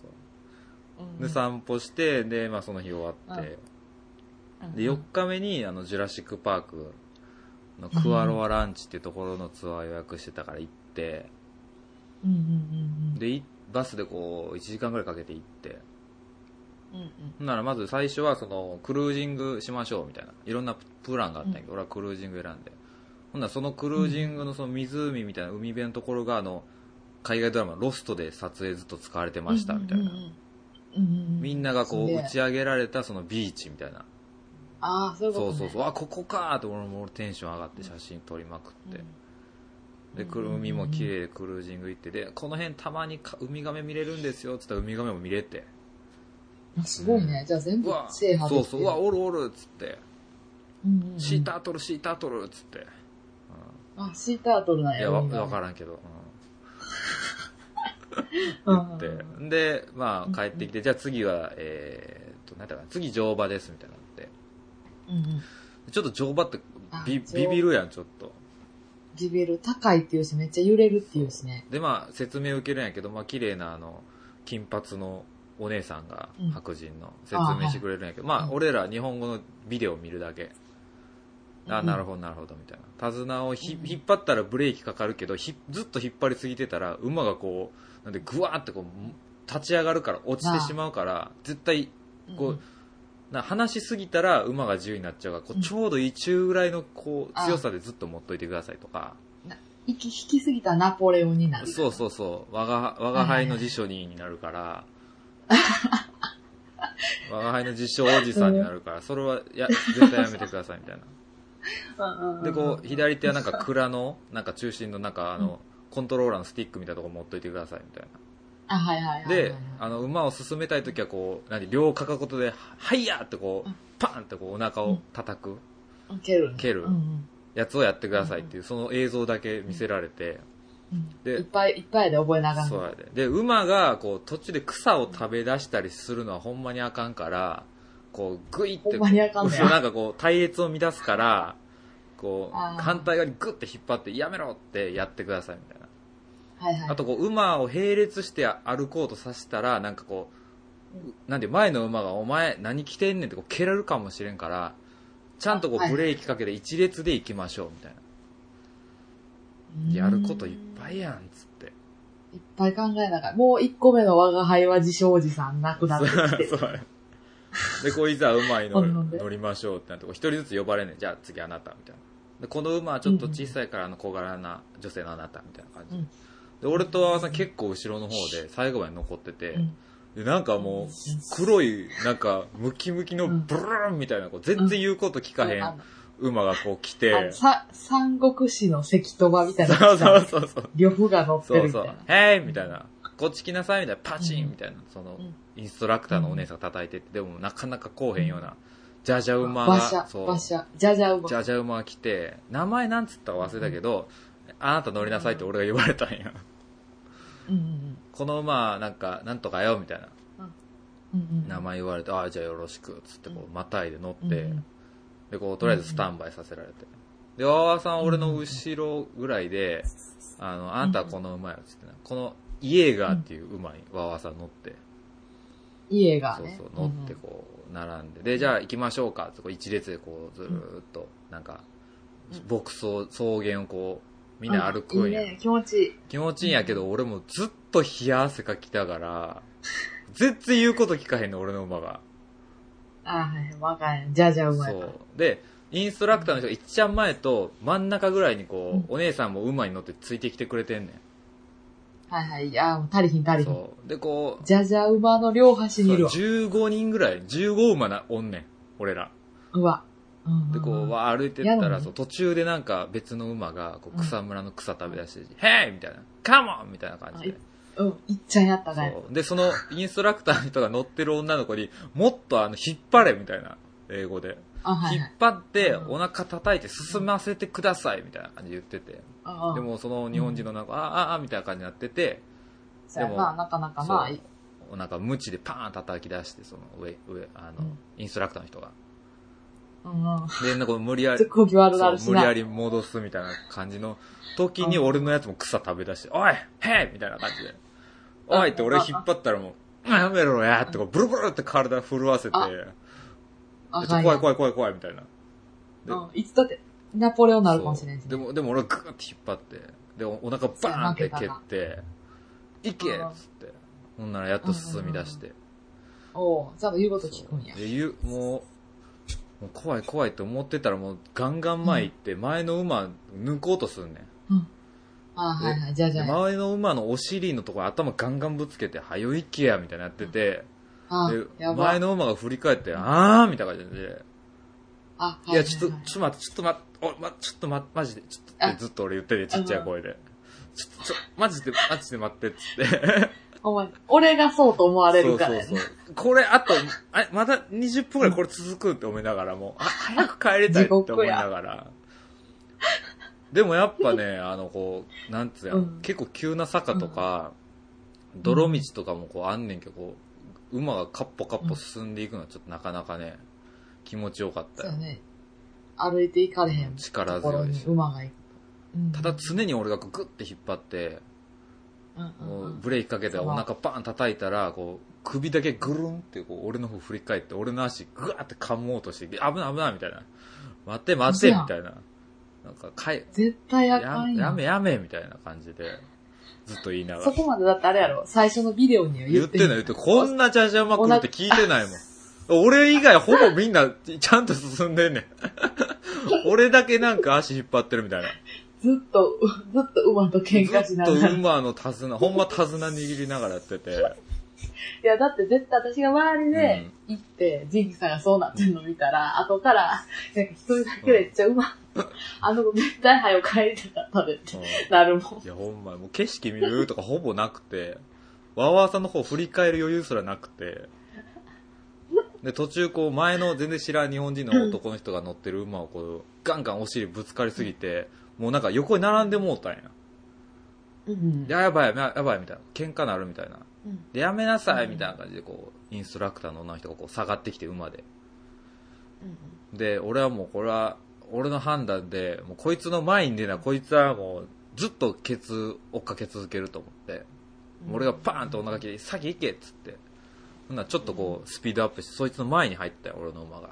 Speaker 2: うん
Speaker 1: で、散歩してで、まあ、その日終わって、
Speaker 2: うん
Speaker 1: で4日目にあのジュラシック・パークのクアロアランチっていうところのツアー予約してたから行って
Speaker 2: うんうん
Speaker 1: でいバスでこう1時間ぐらいかけて行って
Speaker 2: うんうん。うん
Speaker 1: ほんならまず最初はそのクルージングしましょうみたいないろんなプランがあったんやけど、俺はクルージング選んでほんならそのクルージングのその湖みたいな海辺のところがあの海外ドラマ「ロスト」で撮影ずっと使われてましたみたいな、
Speaker 2: うんうんうん。
Speaker 1: みんながこう打ち
Speaker 2: 合
Speaker 1: 上げられたそのビーチみたいな
Speaker 2: ああ、そういうこ
Speaker 1: そ
Speaker 2: と
Speaker 1: う
Speaker 2: ね。
Speaker 1: そうそうあここかーって俺もテンション上がって写真撮りまくって、でくる海も綺麗でクルージング行ってでこの辺たまにかウミガメ見れるんですよっつったらウミガメも見れて
Speaker 2: うん。すごいね。じゃあ全
Speaker 1: う
Speaker 2: 部
Speaker 1: わ
Speaker 2: 制覇
Speaker 1: そ
Speaker 2: で
Speaker 1: う
Speaker 2: きて
Speaker 1: そ
Speaker 2: る
Speaker 1: ううわおるおるっつって
Speaker 2: うんうんうん
Speaker 1: シータートルシータートルっつって、
Speaker 2: あ、シータートルなん
Speaker 1: うん、
Speaker 2: や。
Speaker 1: いやわ
Speaker 2: みんな
Speaker 1: わからんけど、うん
Speaker 2: うん
Speaker 1: ってでまあ帰ってきてじゃあ次はえー、っと何だかな次乗馬ですみたいになって
Speaker 2: うんうん。
Speaker 1: ちょっと乗馬って
Speaker 2: あ
Speaker 1: ビ
Speaker 2: 乗
Speaker 1: ビビるやんちょっと
Speaker 2: ビビる。高いっていうし、めっちゃ揺れるっていうしね。
Speaker 1: でまあ説明受けるんやけどまあ綺麗なあの金髪のお姉さんが
Speaker 2: うん
Speaker 1: 白人の説
Speaker 2: あー
Speaker 1: 明してくれるんやけど、まあ
Speaker 2: うん
Speaker 1: 俺ら日本語のビデオ見るだけあ
Speaker 2: うん
Speaker 1: なるほどなるほどみたいな手綱をひ
Speaker 2: うん
Speaker 1: 引っ張ったらブレーキかかるけどひずっと引っ張りすぎてたら馬がこうなんでグワーってこう立ち上がるから落ちてしまうから絶対こうな離しすぎたら馬が自由になっちゃうからこ
Speaker 2: う
Speaker 1: うんちょうどいい中ぐらいのこう
Speaker 2: あ
Speaker 1: 強さでずっと持っといてくださいとか
Speaker 2: 息引きすぎたナポレオンになる。
Speaker 1: そうそうそう我が我が輩の辞書にになるから我が輩の辞書おじさんになるからそれはいや絶対やめてくださいみたいな
Speaker 2: <laughs> うんうん。
Speaker 1: でこう左手はなんか蔵のなんか中心のなんかあのコントローラーのスティックみたいなとこ持っといてくださいみたいな
Speaker 2: あ、はいはいはいはい。
Speaker 1: で、あの、馬を進めたいときは、こう、何、両肩ことで、はいやーってこう
Speaker 2: うん、
Speaker 1: パンってこう、お腹を叩く
Speaker 2: の、蹴るね。
Speaker 1: 蹴る
Speaker 2: うんうん
Speaker 1: やつをやってくださいっていう、その映像だけ見せられて、
Speaker 2: うん
Speaker 1: で
Speaker 2: いっぱいいっぱいで覚えながら。
Speaker 1: そうやで。で、馬が、こう、途中で草を食べ出したりするのはほんまにあかんから、こう、グイって、
Speaker 2: ほんまにあかんねや
Speaker 1: そうなんかこう、隊列を乱すから、こう
Speaker 2: あ、ー
Speaker 1: 反対側にグッて引っ張って、やめろってやってくださいみたいな。
Speaker 2: はいはい。
Speaker 1: あとこう馬を並列して歩こうとさせたらなんかこうなんで前の馬が「お前何着てんねん」ってこう蹴られるかもしれんからちゃんとこ
Speaker 2: あは
Speaker 1: う
Speaker 2: い
Speaker 1: ブレーキかけて一列で行きましょうみたいな、
Speaker 2: うん
Speaker 1: やることいっぱいやんっつって。
Speaker 2: いっぱい考えながら、もう一個目の我輩は自称おじさんなくなってきて
Speaker 1: <laughs> そうやでこういざうまいの
Speaker 2: ほんほんで
Speaker 1: 乗りましょうってなってこう一人ずつ呼ばれんねんじゃあ次あなたみたいなでこの馬はちょっと小さいからあの小柄な女性のあなたみたいな感じ、
Speaker 2: うん
Speaker 1: で俺と阿波さん結構後ろの方で最後まで残ってて、
Speaker 2: うん
Speaker 1: でなんかもう黒いなんかムキムキのブルーンみたいなこう全然言うこと聞かへ
Speaker 2: あ
Speaker 1: ん
Speaker 2: の
Speaker 1: 馬がこう来
Speaker 2: あの
Speaker 1: て
Speaker 2: さ、三国志の関戸場みたいな。
Speaker 1: そうそうそうそう
Speaker 2: <laughs> 呂布が乗って
Speaker 1: そ
Speaker 2: る
Speaker 1: う
Speaker 2: みた
Speaker 1: そ
Speaker 2: いうな。。
Speaker 1: へいみたいな。こっち来なさいみたいな。パチ
Speaker 2: う
Speaker 1: ン
Speaker 2: ん
Speaker 1: みたいな。その
Speaker 2: うん、
Speaker 1: インストラクターのお姉さんが叩いてて、でもなかなかこうへんような、じゃじゃ馬
Speaker 2: 馬車
Speaker 1: が、、そう
Speaker 2: 馬、車、じゃじゃ馬。
Speaker 1: じゃじゃ馬が来て、名前なんつったか忘れたけど、あなた乗りなさいって俺が言われたんや。
Speaker 2: うんうん
Speaker 1: この馬、なんか、なんとかよ、みたいな。
Speaker 2: うん。うんうん
Speaker 1: 名前言われて、ああ、じゃあよろしく、つって、こう、またいで乗っ
Speaker 2: うんう
Speaker 1: て、
Speaker 2: ん
Speaker 1: で、こう、とりあえずスタンバイさせられて。で、わわさんは俺の後ろぐらいで、あの、あなたはこの馬よ、つってな。この、イエーガーっていう馬にわわさん乗って。
Speaker 2: 家がね。
Speaker 1: そうそう乗ってこう並んで、でじゃあ行きましょうかってこう一列でこうずーっとなんか
Speaker 2: うん
Speaker 1: 牧草草原をこうみ
Speaker 2: み
Speaker 1: んな歩くんや、
Speaker 2: いいね、気持ちいい。
Speaker 1: 気持ちいいんやけど俺もずっと冷や汗かきながら絶対言うこと聞かへんの俺の馬が
Speaker 2: あはい、若い。じゃじゃ馬や
Speaker 1: そうでインストラクターの人が一ちゃん前と真ん中ぐらいにこう、お姉さんも馬に乗ってついてきてくれてんね
Speaker 2: はいはい、いや、もう足りひん足
Speaker 1: ん
Speaker 2: りひん。
Speaker 1: そうでこう
Speaker 2: じゃじゃ馬の両端にいるわ。
Speaker 1: 15人ぐらい15馬なおんねん俺ら
Speaker 2: うわ。うん
Speaker 1: でこ
Speaker 2: ん
Speaker 1: うんわー歩いてった
Speaker 2: やだ
Speaker 1: ら
Speaker 2: ね
Speaker 1: そう途中でなんか別の馬がこう
Speaker 2: うん
Speaker 1: 草むらの草食べ出して「ヘイ!」みたいな「カモン!」みたいな感じで
Speaker 2: うん、いっちゃんやったね。
Speaker 1: そうでそのインストラクターの人が乗ってる女の子に「もっとあの引っ張れ」みたいな英語で
Speaker 2: あ、はい
Speaker 1: 引
Speaker 2: は
Speaker 1: っ
Speaker 2: い。
Speaker 1: 張って
Speaker 2: うん
Speaker 1: お腹叩いて進ませてくださいみたいな感じで言ってて
Speaker 2: うんうん
Speaker 1: で、もその日本人のなんか「あーあーあー」みたいな感じになってて
Speaker 2: そうや
Speaker 1: でも
Speaker 2: な、なかなか
Speaker 1: そ
Speaker 2: な
Speaker 1: う。お腹無知でパーン叩き出してその上上あ
Speaker 2: う
Speaker 1: の
Speaker 2: ん
Speaker 1: インストラクターの人が
Speaker 2: うんうん。
Speaker 1: でなんか無理や
Speaker 2: ち
Speaker 1: り
Speaker 2: ょっと空気悪な
Speaker 1: そう
Speaker 2: るし
Speaker 1: 無理
Speaker 2: な
Speaker 1: や。り戻すみたいな感じの時に
Speaker 2: うん
Speaker 1: 俺のやつも草食べ出して「おいへい!」みたいな感じで「おい!」って俺引っ張ったらもう「やめろや!」ってこうブルブルって体震わせて「ちょ
Speaker 2: ああ
Speaker 1: っと
Speaker 2: かん
Speaker 1: 怖い
Speaker 2: い
Speaker 1: 怖い怖い怖い」みたいなで
Speaker 2: うん。いつだって、ナポレオンなるかもしれんし
Speaker 1: そう
Speaker 2: ね。
Speaker 1: でもでも俺はグーって引っ張ってでおお腹バーンって蹴って「いけ!」っつってほんならやっと進み出して
Speaker 2: おうちゃんと言うこと聞くんや
Speaker 1: そう。で言うもうもう怖い怖いって思ってたらもうガンガン前行って前の馬抜こうとすんねん
Speaker 2: あはいはい、じゃじ
Speaker 1: で
Speaker 2: ゃや。
Speaker 1: 周りの馬のお尻のところ頭ガンガンぶつけて「はよ行けや」みたいなやってて、
Speaker 2: あ
Speaker 1: で
Speaker 2: やば
Speaker 1: 前
Speaker 2: い。
Speaker 1: の馬が振り返って「あー」みたいな感じで「
Speaker 2: あ、はいは
Speaker 1: や
Speaker 2: は
Speaker 1: ちょっとちょっと待ってちょっと待ってお、ま、ちょっと待ってマジでちょっと」
Speaker 2: あ
Speaker 1: ってずっと俺言っててちっちゃい声で「ちょっとちょマジでマジで待って」っつって
Speaker 2: お前、俺がそうと思われ
Speaker 1: そ
Speaker 2: る
Speaker 1: う
Speaker 2: から
Speaker 1: そう
Speaker 2: やね。
Speaker 1: そう <laughs> これあとあまだ20分ぐらいこれ続くって思いながらもうあ早く帰りたいって思いながら。でもやっぱね、あの、こう、なんつうや、
Speaker 2: うん
Speaker 1: 結構急な坂とか、泥道とかもこうあんねんけど、こう馬がカッポカッポ進んでいくのはちょっとなかなかね、気持ちよかった
Speaker 2: そう
Speaker 1: よ
Speaker 2: や。ね。歩いて行かれへん
Speaker 1: 力
Speaker 2: ところ
Speaker 1: 強い
Speaker 2: に
Speaker 1: し。
Speaker 2: 馬が行く。うん
Speaker 1: ただ、常に俺がこうグッて引っ張って、
Speaker 2: うんうん
Speaker 1: も
Speaker 2: う
Speaker 1: うんブレーキかけて
Speaker 2: そう
Speaker 1: お腹バーン叩いたら、こう、首だけぐるんってこう俺の方振り返って、俺の足グワーって噛もうとして、危ない危ないみたいな。待って待ってみたいな。なんか、かい、
Speaker 2: 絶対あ
Speaker 1: や
Speaker 2: かん
Speaker 1: や
Speaker 2: や
Speaker 1: めやめみたいな感じで、ずっと言いなが
Speaker 2: そ
Speaker 1: ら。
Speaker 2: こまでだってあれやろ。最初のビデオには
Speaker 1: 言
Speaker 2: 言
Speaker 1: っ
Speaker 2: ってて
Speaker 1: ない言っ
Speaker 2: ん
Speaker 1: てない、こんなじゃじゃ馬来るって聞いてないもん。 <laughs> 俺以外ほぼみんなちゃんと進んでん <laughs> ねん。俺だけなんか足引っ張ってるみたいな。
Speaker 2: ずっと、ずっと馬と喧嘩し
Speaker 1: ず
Speaker 2: な
Speaker 1: っ
Speaker 2: が
Speaker 1: と
Speaker 2: ら。い
Speaker 1: 馬の手綱、ほんま手綱握りながらやって <laughs> て。
Speaker 2: や、だって絶対私が周りで行って、ジンキさんがそうなってんの見たら、後から、なんか一人だけめっちゃ馬、あの子絶対早く帰りたかったでって
Speaker 1: うん
Speaker 2: なるもん
Speaker 1: い。や、ほんま、もう景色見る余裕とかほぼなくて、わわわさんの方振り返る余裕すらなくて、で、途中こう前の全然知らん日本人の男の人が乗ってる馬をこう、ガンガンお尻ぶつかりすぎて、もうなんか横に並んでもうたんや。
Speaker 2: うん
Speaker 1: で、あやばいやばいやばいみたいな。喧嘩なるみたいな。
Speaker 2: うん
Speaker 1: で、やめなさいみたいな感じでこう、インストラクターの女の人がこう下がってきて馬で。で、俺はもうこれは、俺の判断で、もうこいつの前に出な、こいつはもうずっとケツ追っかけ続けると思って、俺がパーンとお腹切り、先行けっつって。ほんならちょっとこう、スピードアップして、そいつの前に入ったよ、俺の馬が。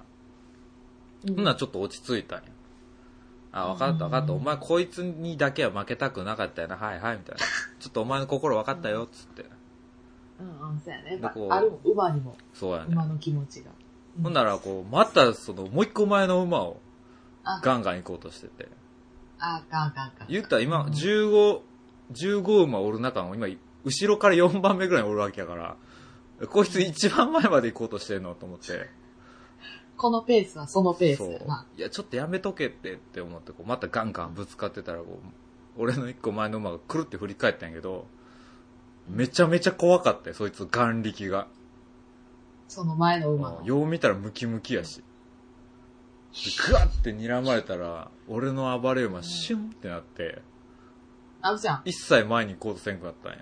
Speaker 2: うん、
Speaker 1: ほんならちょっと落ち着いたんや。あ、分かった分かった。お前こいつにだけは負けたくなかったよな。はいはい、みたいな。ちょっとお前の心分かったよ、つって。
Speaker 2: うんうん、そうやね。やっ
Speaker 1: で
Speaker 2: ぱ
Speaker 1: こう
Speaker 2: あるもん、馬にも、
Speaker 1: そうやね。
Speaker 2: 馬の気持ちが。
Speaker 1: ほんならこう、またその、もう一個前の馬を
Speaker 2: あ
Speaker 1: ガンガン行こうとしてて。
Speaker 2: あかんあかんあかん。
Speaker 1: 言ったら今、
Speaker 2: うん
Speaker 1: 15、15馬おる中の今、後ろから4番目ぐらいにおるわけやから、こいつ一番前まで行こうとしてんのと思って。
Speaker 2: このペースはそのペース
Speaker 1: そう
Speaker 2: やな。。
Speaker 1: いや、ちょっとやめとけってって思って、こうまたガンガンぶつかってたら、こう、俺の一個前の馬がくるって振り返ったんやけど、めちゃめちゃ怖かったよ、そいつ眼力が。
Speaker 2: その前の馬の。
Speaker 1: よう見たらムキムキやし。でグワって睨まれたら、俺の暴れ馬シュンってなって、
Speaker 2: あぶちゃん、
Speaker 1: 一切前に行こうとせんくなったんや。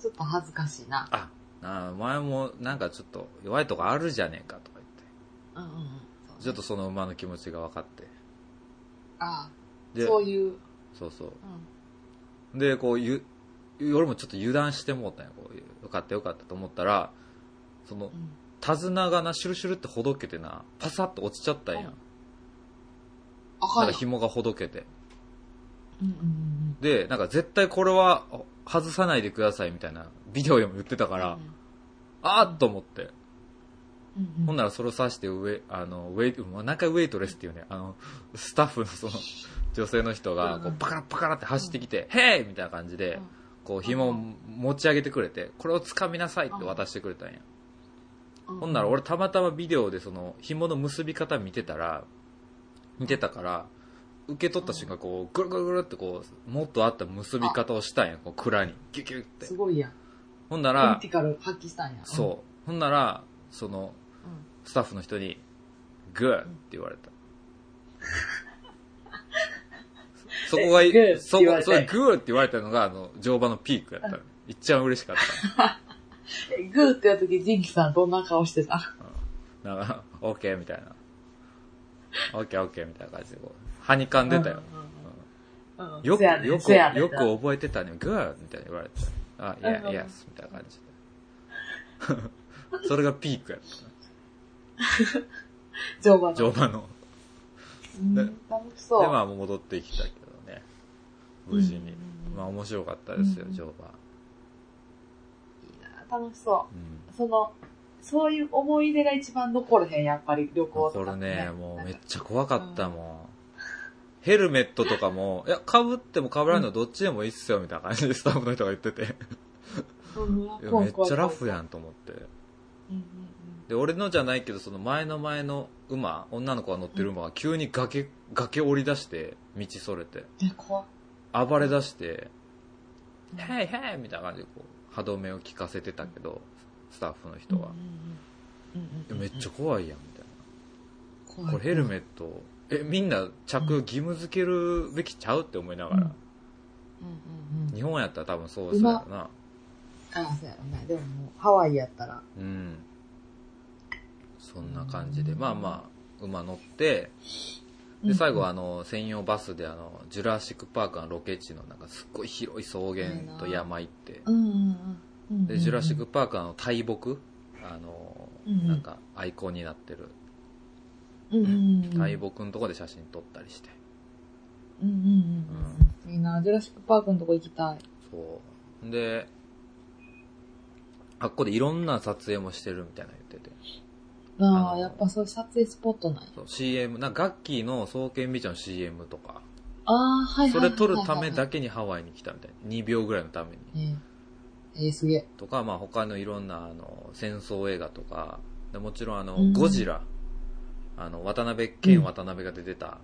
Speaker 2: ちょっと恥ずかしいな。
Speaker 1: あ、なあ前もなんかちょっと弱いとこあるじゃねえかとか言っ
Speaker 2: うんうんうん。
Speaker 1: て、ちょっとその馬の気持ちが分かって。
Speaker 2: ああ、
Speaker 1: で、
Speaker 2: そういう、
Speaker 1: そうそう
Speaker 2: うん。
Speaker 1: で、こう、ゆ、俺もちょっと油断してもうたんや、こう、よかったよかったと思ったら、その
Speaker 2: う、ん。
Speaker 1: 手綱がな、シュルシュルってほどけてな、パサッと落ちちゃったんや。
Speaker 2: うん
Speaker 1: だ
Speaker 2: あ
Speaker 1: か
Speaker 2: かん
Speaker 1: ら
Speaker 2: よ。
Speaker 1: 紐がほどけて。
Speaker 2: うんうんうん
Speaker 1: で、なんか絶対これはあ外さないでくださいみたいなビデオでも言ってた
Speaker 2: うん。
Speaker 1: から、
Speaker 2: うん
Speaker 1: あーっと思って。
Speaker 2: うんうん。
Speaker 1: ほんならそれを刺して、ウェイ、あの、ウェイト、もう何回ウェイトレスっていうね、あの、スタッフのその、女性の人が、こ
Speaker 2: う
Speaker 1: う、
Speaker 2: ん
Speaker 1: パカラパカラって走ってきて、ヘイみたいな感じで、こう、紐を持ち上げてくれて、これを掴みなさいって渡してくれたんや。
Speaker 2: うん、
Speaker 1: ほんなら俺たまたまビデオでその、紐の結び方見てたら、見てたから、受け取った瞬間、こう、ぐるぐるぐるってこう、もっとあった結び方をしたんや、こう、蔵に。ギュギュって
Speaker 2: す。ごいやん。
Speaker 1: ほんな
Speaker 2: ポリ
Speaker 1: ら
Speaker 2: テ、ィカル発揮したんや。
Speaker 1: そう。ほんなら、その、
Speaker 2: うん。うん
Speaker 1: スタッフの人に、グーって言われた。そそこがい
Speaker 2: えグーっ、て
Speaker 1: そ
Speaker 2: 言わ
Speaker 1: こ、
Speaker 2: れた
Speaker 1: それグーって言われたのが、あの、乗馬のピークやったの。一番嬉しかっ
Speaker 2: えグーってやった時、ジンキさんどんな顔してた
Speaker 1: た。なんか、 <laughs> オッケーみたいな。オッケーオッケーみたいな感じで、こう、はにかんでたよ。
Speaker 2: うんうんうん。
Speaker 1: よく、
Speaker 2: せやね
Speaker 1: よく、
Speaker 2: せやね
Speaker 1: よく覚えてたね。グーみたいに言われてた。あ、いや、
Speaker 2: うん
Speaker 1: イエスみたいな感じで。 <laughs> それがピークやった
Speaker 2: 乗
Speaker 1: な。
Speaker 2: 馬の。
Speaker 1: 乗馬の。
Speaker 2: うん楽しそう。
Speaker 1: で、まあ、戻ってきたけどね。無事に
Speaker 2: う。ん
Speaker 1: まあ、面白かったですよ
Speaker 2: う、ん
Speaker 1: 乗馬。
Speaker 2: いいな楽しそ
Speaker 1: うん。
Speaker 2: う。その、そういう思い出が一番残るへん、やっぱり旅行
Speaker 1: こと
Speaker 2: か
Speaker 1: れ
Speaker 2: って、
Speaker 1: ね、もうめっ
Speaker 2: なんか
Speaker 1: ちゃ怖かったもん。ヘルメットとかも、いや、被っても被らないのどっちでもいいっすよ、みたいな感じでスタッフの人が言ってて。い
Speaker 2: うん
Speaker 1: や
Speaker 2: 怖
Speaker 1: め
Speaker 2: い
Speaker 1: っ
Speaker 2: 怖い
Speaker 1: ちゃラフやんと思って。
Speaker 2: うんうん
Speaker 1: で、俺のじゃないけど、その前の前の馬、女の子が乗ってる馬が急に崖、崖降り出して、道それて、
Speaker 2: うん。え、怖い。
Speaker 1: 暴れ出して、
Speaker 2: うん
Speaker 1: ヘイヘイみたいな感じでこう、歯止めを効かせてたけど、スタッフの人は
Speaker 2: うん。うんうん
Speaker 1: いやめっちゃ
Speaker 2: ゃ
Speaker 1: 怖いやん、みたいな。
Speaker 2: 怖
Speaker 1: これヘルメット、え、みんな着用義務付けるべきちゃうって思いながら。
Speaker 2: うんうんうん。
Speaker 1: 日本やったら多分そうですよな。
Speaker 2: ああ、そうやろね。でももう、ハワイやったら。
Speaker 1: うん。そんな感じで、
Speaker 2: うん
Speaker 1: まあまあ、馬乗って、
Speaker 2: う
Speaker 1: で、
Speaker 2: ん
Speaker 1: 最後はあの、専用バスであの、ジュラシックパークのロケ地のなんかすっごい広い草原と山行って、
Speaker 2: うんうんうんうんうん。
Speaker 1: で、ジュラシックパークのあの大木、あの、
Speaker 2: うん
Speaker 1: なんかアイコンになってる
Speaker 2: うんうんうん。
Speaker 1: 大木のとこで写真撮ったりして、
Speaker 2: うんうんうん。いいな、ジュラシックパークのとこ行きたい。
Speaker 1: そう。で、あっこでいろんな撮影もしてるみたいなの言ってて。
Speaker 2: な
Speaker 1: あ
Speaker 2: あ、
Speaker 1: の
Speaker 2: やっぱそういう撮影スポットなんや。
Speaker 1: そう CM、なんかガッキーの双剣美女の CM とか、
Speaker 2: ああ、はいはい
Speaker 1: そ
Speaker 2: はいはいはい。
Speaker 1: れ撮るためだけにハワイに来たみたいな。2秒ぐらいのために。
Speaker 2: えーえー、すげえ。
Speaker 1: とか、まあ他のいろんなあの戦争映画とか、でもちろんあの、
Speaker 2: うん
Speaker 1: ゴジラ、あの、渡辺
Speaker 2: う
Speaker 1: 健
Speaker 2: ん
Speaker 1: 渡辺が出てた、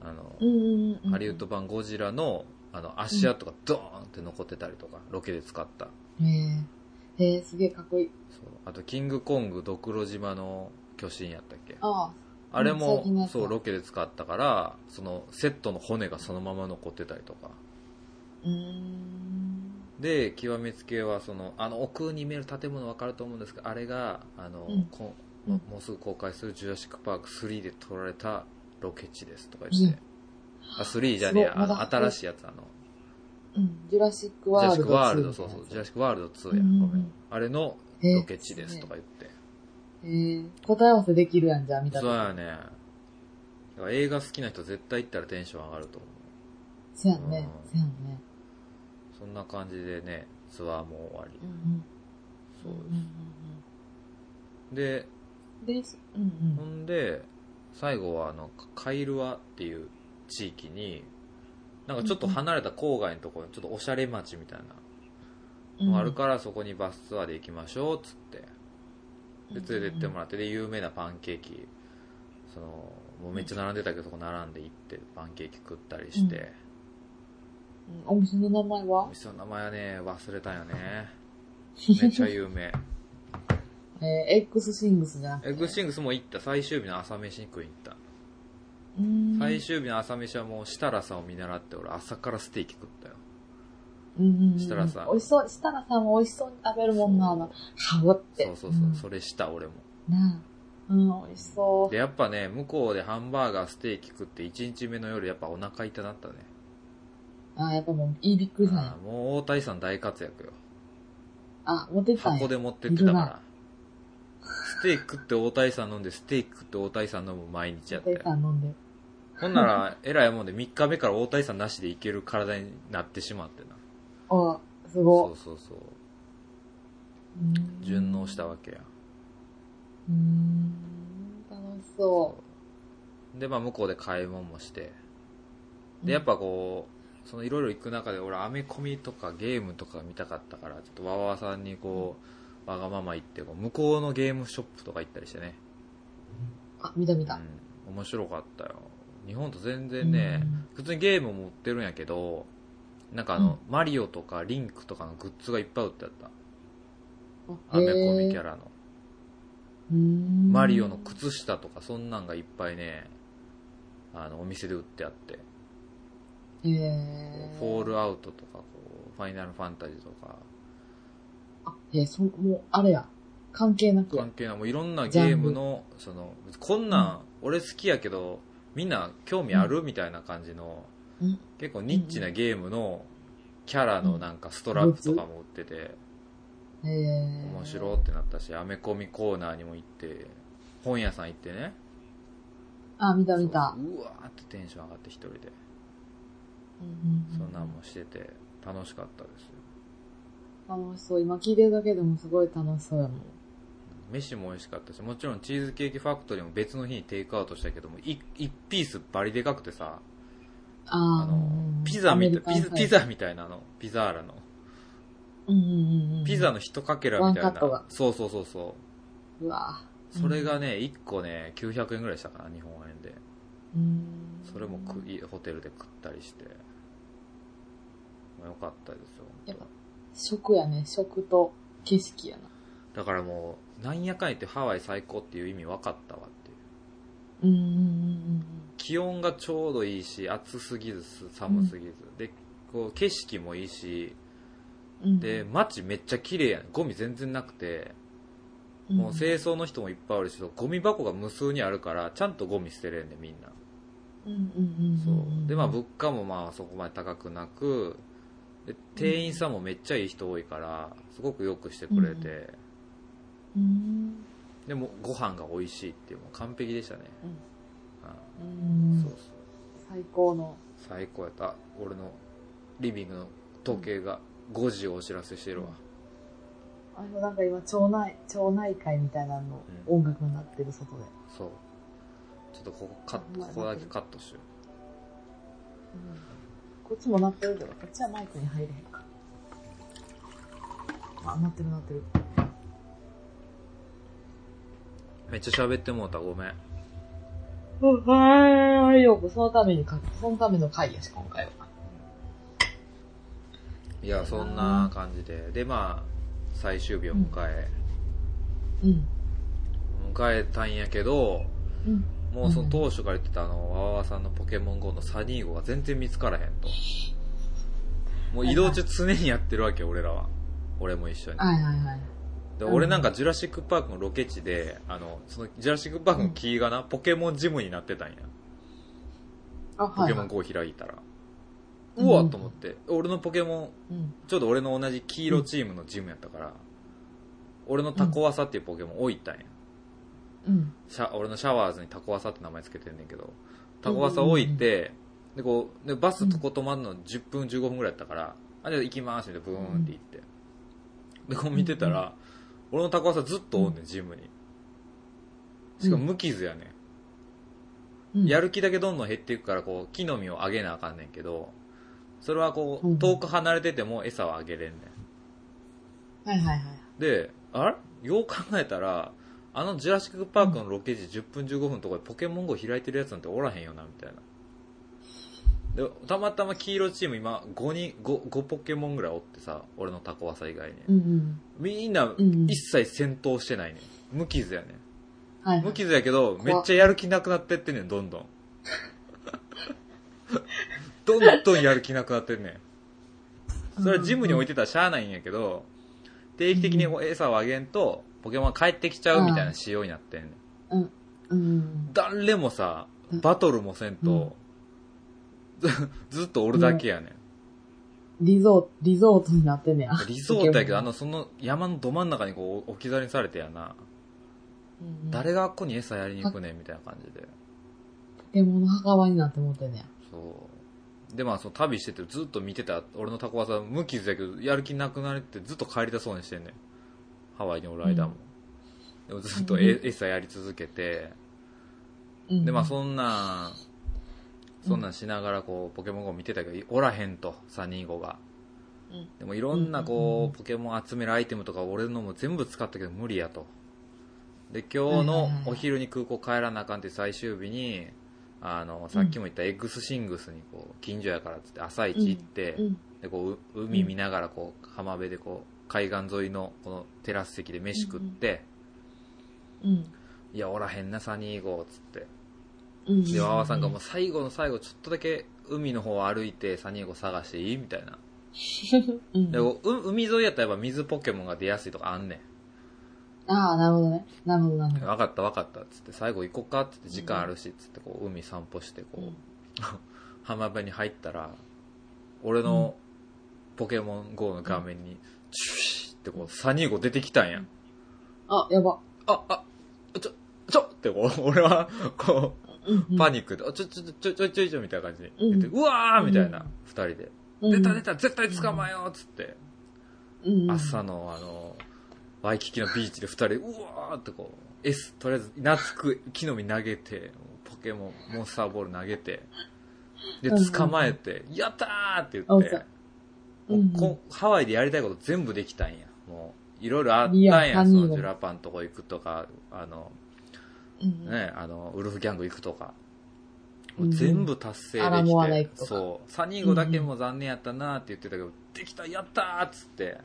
Speaker 1: あの、
Speaker 2: うんうんうんうん。
Speaker 1: ハリウッド版ゴジラの、あの、足跡がドーンって残ってたりとか、ロケで使った。
Speaker 2: えー、えー、すげえかっこいい。
Speaker 1: そう。あと、キングコング、ドクロ島の巨神やったっけ
Speaker 2: ああ、
Speaker 1: あれ
Speaker 2: うん最近の
Speaker 1: も
Speaker 2: や、つ
Speaker 1: そう、ロケで使ったから、その、セットの骨がそのまま残ってたりとか。
Speaker 2: うーん。
Speaker 1: で、極めつけは、その、あの、奥に見える建物わかると思うんですけど、あれが、あの、
Speaker 2: うん
Speaker 1: こ
Speaker 2: うん
Speaker 1: もうすぐ公開するジュラシックパーク3で撮られたロケ地ですとか言って、あ、3じゃねえや、
Speaker 2: そう
Speaker 1: あ
Speaker 2: まだ
Speaker 1: の、新しいやつ、あの、
Speaker 2: うん、ジュラシック
Speaker 1: ジュ
Speaker 2: ワ
Speaker 1: ラ
Speaker 2: ー
Speaker 1: シッ
Speaker 2: ル
Speaker 1: ク
Speaker 2: ド2
Speaker 1: ワールド、そうそう、ジュラシックワールド2や、
Speaker 2: うん
Speaker 1: ごめん。あれの
Speaker 2: え
Speaker 1: ロケ地ですとか言って。
Speaker 2: えー答え合わせできるやん、じゃあ、見た
Speaker 1: そうや
Speaker 2: ね。
Speaker 1: ね。だから映画好きな人絶対行ったらテンション上がると思う。
Speaker 2: そうやんね。
Speaker 1: うん
Speaker 2: そうやんね。
Speaker 1: そんな感じでね、ツアーも終わり
Speaker 2: う。ん
Speaker 1: そう
Speaker 2: うん。
Speaker 1: です。で、
Speaker 2: です。うん
Speaker 1: ほんで、最後はあの、カイルワっていう地域に、なんかちょっと離れた郊外のところに、ちょっとおしゃれ町みたい
Speaker 2: うん。
Speaker 1: な、あるからそこにバスツアーで行きましょう、つって。で、連れてっても
Speaker 2: ら
Speaker 1: らって、で、有名なパンケーキ、その、もうめっちゃ並んでたけど、そこ並んで行って、パンケーキ食ったりして、
Speaker 2: うん。お店の名前
Speaker 1: お
Speaker 2: は
Speaker 1: 店の名前はね、忘れたよ
Speaker 2: <laughs>
Speaker 1: ね。めっちゃ有名。
Speaker 2: えー、エックスシングスじゃなくて。
Speaker 1: エッグシングスも行った、最終日の朝飯食いに行った。
Speaker 2: うん。
Speaker 1: 最終日の朝飯はもう設楽さんを見習って俺朝からステーキ食ったよ
Speaker 2: うん。
Speaker 1: 設楽さん
Speaker 2: 美味しそう、設楽さんも美味しそうに食べるもんな、あの、ハワって。
Speaker 1: そうそうそう、
Speaker 2: ん
Speaker 1: それした俺も
Speaker 2: なあ。うん、美味しそう
Speaker 1: で。やっぱね向こうでハンバーガーステーキ食って1日目の夜やっぱお腹痛なったね
Speaker 2: あ、やっぱもう、いいびっくりしたね
Speaker 1: あーもう大谷さん大活躍よ
Speaker 2: あ、持ってったんや
Speaker 1: 箱。で持ってってたからステーキ食って大谷さん飲んでステーキ食って大谷さん飲む毎日やった
Speaker 2: で
Speaker 1: よ
Speaker 2: さん飲んで。
Speaker 1: ほんならえらいもんで3日目から大谷さんなしでいける体になってしまって
Speaker 2: <laughs>
Speaker 1: な
Speaker 2: あ、す
Speaker 1: そ
Speaker 2: ご
Speaker 1: うそうそう
Speaker 2: い。
Speaker 1: 順応したわけや
Speaker 2: うーん、楽しそ
Speaker 1: でまあ向こうで買い物もして
Speaker 2: う。
Speaker 1: でやっ、ぱこうそのいろいろ行く中で俺アメコミとかゲームとか見たかったからちょっとわわわさんにこうわがまま言ってこう向こうのゲームショップとか行ったりしてね、
Speaker 2: あ、見た見
Speaker 1: う
Speaker 2: た。
Speaker 1: ん、面白かったよ日本と全然ね普通にゲームも売ってるんやけどなんかあの、マリオとかリンクとかのグッズがいっぱい売ってあったア
Speaker 2: うん、
Speaker 1: メコミキャ
Speaker 2: ラ。
Speaker 1: ラの、
Speaker 2: うーん
Speaker 1: マリオの。靴下とかそんなんがいっぱいねあのお店で売ってあって
Speaker 2: え
Speaker 1: こう、
Speaker 2: ー
Speaker 1: フォールアウトとかこうファイナルファンタジーとか
Speaker 2: あ、えー、そ、もう、あれや。関係なくや
Speaker 1: 関。係ないもういろんなゲームのそのこんなん俺好きやけどみんな興味ある、みたいな感じの
Speaker 2: うん
Speaker 1: 結構ニッチなゲームのキャラのなんかストラップとかも売ってて
Speaker 2: えー、
Speaker 1: 面白ってなったしアメコミコーナーにも行って本屋さん行ってね
Speaker 2: あ、見た
Speaker 1: そう
Speaker 2: 見た。
Speaker 1: うわーってテンション上がって一人で
Speaker 2: うん
Speaker 1: そんなんもしてて楽しかったですよ
Speaker 2: 楽しそう。今聞いてるだけでもすごい楽しそうやもん。
Speaker 1: 飯も美味しかったしもちろんチーズケーキファクトリーも別の日にテイクアウトしたけども1ピースバリでかくてさ
Speaker 2: あ
Speaker 1: あ
Speaker 2: ーうん
Speaker 1: の、ピザみたい、ピザ、ピ。
Speaker 2: アメリカンサイズ
Speaker 1: ザみたいなの、ピザーラの。
Speaker 2: うんうんうん。
Speaker 1: ピザ。の一かけらみたい
Speaker 2: ワンカットが
Speaker 1: な。そうそうそうそう。
Speaker 2: うわ
Speaker 1: それがね、1個ね、900円ぐらいしたかな、日本円で。
Speaker 2: うーん。
Speaker 1: それもくいホテルで食ったりして。まあよかったですよ
Speaker 2: や
Speaker 1: 本
Speaker 2: っぱ食やね。食と景色やな。
Speaker 1: 当。だからもう、なんやかんやってハワイ最高っていう意味分かったわっていう。
Speaker 2: うんうんうん
Speaker 1: 気温がちょうどいいし、暑すぎず、寒すぎず。で、こう、景色もいいし、
Speaker 2: うんうん。
Speaker 1: で、街めっちゃ綺麗やん。ゴミ全然なくて。
Speaker 2: うん、
Speaker 1: もう清掃の人もいっぱいあるし、ゴミ箱が無数にあるから、ちゃんとゴミ捨てれんねみんな。
Speaker 2: うんうんうんうんうん。
Speaker 1: そう。で、まあ物価もまあそこまで高くなく、で店員さんもめっちゃいい人多いから、すごくよくしてくれて、
Speaker 2: うーん。
Speaker 1: でもご飯が美味しいっていう、もう完璧でしたね。
Speaker 2: うん
Speaker 1: あ
Speaker 2: う
Speaker 1: そ
Speaker 2: ん
Speaker 1: うそう。
Speaker 2: 最高の。
Speaker 1: 最高やった。あ俺のリビングの時計が5時をお知らせしてるわ。
Speaker 2: あの、なんか今、町内、町内会みたいなの、音楽になってる外で。
Speaker 1: そう。ちょっとここカッ
Speaker 2: う
Speaker 1: ト、
Speaker 2: ん
Speaker 1: ここだけカットしよ
Speaker 2: こっちも鳴ってるけど、こっちはマイクに入れへんか。あ、鳴ってる鳴ってる。
Speaker 1: う。めっちゃ喋ってもうた、ごめん。
Speaker 2: はい、よく、そのためにか、そのための会やし、今回は。
Speaker 1: いや、そんな感じで。で、まあ、最終日を迎え、
Speaker 2: うん。
Speaker 1: 迎えたんやけど、
Speaker 2: うん。
Speaker 1: もうその当初から言ってたあの、わわわさんのポケモン GO のサニーゴが全然見つからへん
Speaker 2: <laughs>
Speaker 1: と。もう移動中常にやってるわけよ、俺らは。俺も一緒に。
Speaker 2: はいはいはい。
Speaker 1: で、俺なんかジュラシックパークのロケ地で、あの、そのジュラシックパークのキーがな、ポケモンジムになってたんや。
Speaker 2: あ、
Speaker 1: ポ
Speaker 2: は
Speaker 1: ケ
Speaker 2: い
Speaker 1: モ
Speaker 2: は
Speaker 1: ン
Speaker 2: い。
Speaker 1: GO 開いたら。
Speaker 2: うん
Speaker 1: うわと思って。俺のポケモン、
Speaker 2: うん。
Speaker 1: ちょうど俺の同じ黄色チームのチームやったから、俺のタコワサっていうポケモン置いたんや。
Speaker 2: うん。
Speaker 1: シャ俺のシャワーズにタコワサって名前つけてんねんけど、タコワサ置いて、で、こう、でバスとこ止まるの10分15分ぐらいやったから、あ、じゃあ行きますってブーンって行って。で、こう見てたら、俺のタコワサずっとおんねん、ジムに。しかも無傷やねん。
Speaker 2: うん。
Speaker 1: やる気だけどんどん減っていくから、こう、木の実をあげなあかんねんけど、それはこ
Speaker 2: う
Speaker 1: う、
Speaker 2: ん
Speaker 1: 遠く離れてても餌はあげれんね
Speaker 2: はいはいはい。
Speaker 1: ん。で、あれよう考えたら、あのジュラシックパークのロケ地10分15分のとこでポケモン GO 開いてるやつなんておらへんよな、みたいな。で、たまたま黄色チーム今5人、5、5ポケモンぐらいおってさ、俺のタコワサ以外に。
Speaker 2: うんうん。
Speaker 1: みんな
Speaker 2: うんうん
Speaker 1: 一切戦闘してないねん。無傷やねん。
Speaker 2: はいは
Speaker 1: 無
Speaker 2: い。
Speaker 1: 傷やけど、めっちゃやる気なくなってってんねん、ど <laughs> んどん。どんどんやる気なくなってんねん。それはジムに置いてたらしゃあないんやけど、定期的に餌をあげんと、ポケモン帰ってきちゃうみたいな仕様になってんねん。
Speaker 2: うん。
Speaker 1: 誰もさ、バトルもせんと、 <laughs> ずずっと俺だけやねん。
Speaker 2: リゾート、リゾートになってんねや。
Speaker 1: リゾートやけど、あ
Speaker 2: の、
Speaker 1: の、その山のど真ん中にこう置き去りにされてやな。
Speaker 2: うん
Speaker 1: 誰があっこに餌やりに行くねんみたいな感じで。
Speaker 2: ポケモンの墓場になって思ってんねや。
Speaker 1: そう。で、まあ、その旅してて、ずっと見てた、俺のタコワさん、無傷やけど、やる気なくなれて、ずっと帰りたそうにしてんねん。ハワイにおる間も。でもずっとえ
Speaker 2: う
Speaker 1: 餌やり続けて、
Speaker 2: うん
Speaker 1: で、まあ、そんなん、そんなんしながら、こう、ポケモン GO 見てたけど、おらへんと、サニーゴが。
Speaker 2: うん
Speaker 1: でも、いろんな、
Speaker 2: うんうん
Speaker 1: こ
Speaker 2: うん
Speaker 1: う、ポケモン集めるアイテムとか、俺のも全部使ったけど、無理やと。で、今日
Speaker 2: はい
Speaker 1: の
Speaker 2: はいはい
Speaker 1: お昼に空港帰らなあかんって最終日に、あの、さっきも言ったエッグスシングスに、こう、近所やからっつって、朝一行って、
Speaker 2: うん。
Speaker 1: で、こう、う海見ながら、こう、浜辺で、こう、海岸沿いの、このテラス席で飯食って、
Speaker 2: うん。
Speaker 1: いや、おらへんな、サニーゴ、つって。
Speaker 2: うん。
Speaker 1: で、わわさんがもう最後の最後、ちょっとだけ海の方を歩いて、サニーゴ探していいみたいな。
Speaker 2: うん、
Speaker 1: でう海沿いやったらやっぱ水ポケモンが出やすいとかあんね
Speaker 2: ああ、なるほどね。なるほど、なる
Speaker 1: ん。
Speaker 2: ほど。
Speaker 1: わかったわかった、つって、最後行こうか、つって、時間あるし、つって、こう、海散歩して、こう、浜辺に入ったら、俺のポケモン GO の画面に、チュシーってこう、サニーゴ出てきたんや。
Speaker 2: あ、やば。
Speaker 1: あ、あ、ちょ、ちょってこう、 <laughs> 俺は、こ
Speaker 2: うんう
Speaker 1: う、
Speaker 2: ん
Speaker 1: パニックで、あちょ、ちょ、ちょ、ちょ、ちょいちょいみたいな感じで
Speaker 2: うん
Speaker 1: 言って、うわーみたいな
Speaker 2: う、
Speaker 1: 二人で。
Speaker 2: うん
Speaker 1: 出た出た絶対捕まえようっつって、
Speaker 2: うんうん
Speaker 1: 朝のあのワイキキのビーチで2人うわーってこう S とりあえず懐く木の実投げてポケモンモンスターボール投げてで
Speaker 2: うんうん
Speaker 1: 捕まえて「やったー!」って言
Speaker 2: お
Speaker 1: っ
Speaker 2: う
Speaker 1: て
Speaker 2: さ
Speaker 1: もうこ
Speaker 2: うんうん
Speaker 1: ハワイでやりたいこと全部できたんやもういろいろあったん
Speaker 2: いや
Speaker 1: や
Speaker 2: 堪
Speaker 1: そ
Speaker 2: 能
Speaker 1: のジュラパンとこ行くとかあの、
Speaker 2: うんうん
Speaker 1: ね、あのウルフギャング行くとかも
Speaker 2: う
Speaker 1: うん全部達成で
Speaker 2: アラモアナ
Speaker 1: き
Speaker 2: 行
Speaker 1: て
Speaker 2: く、とか
Speaker 1: そうサニーゴだけも残念やったなーって言ってたけど「できたやったー!」っつって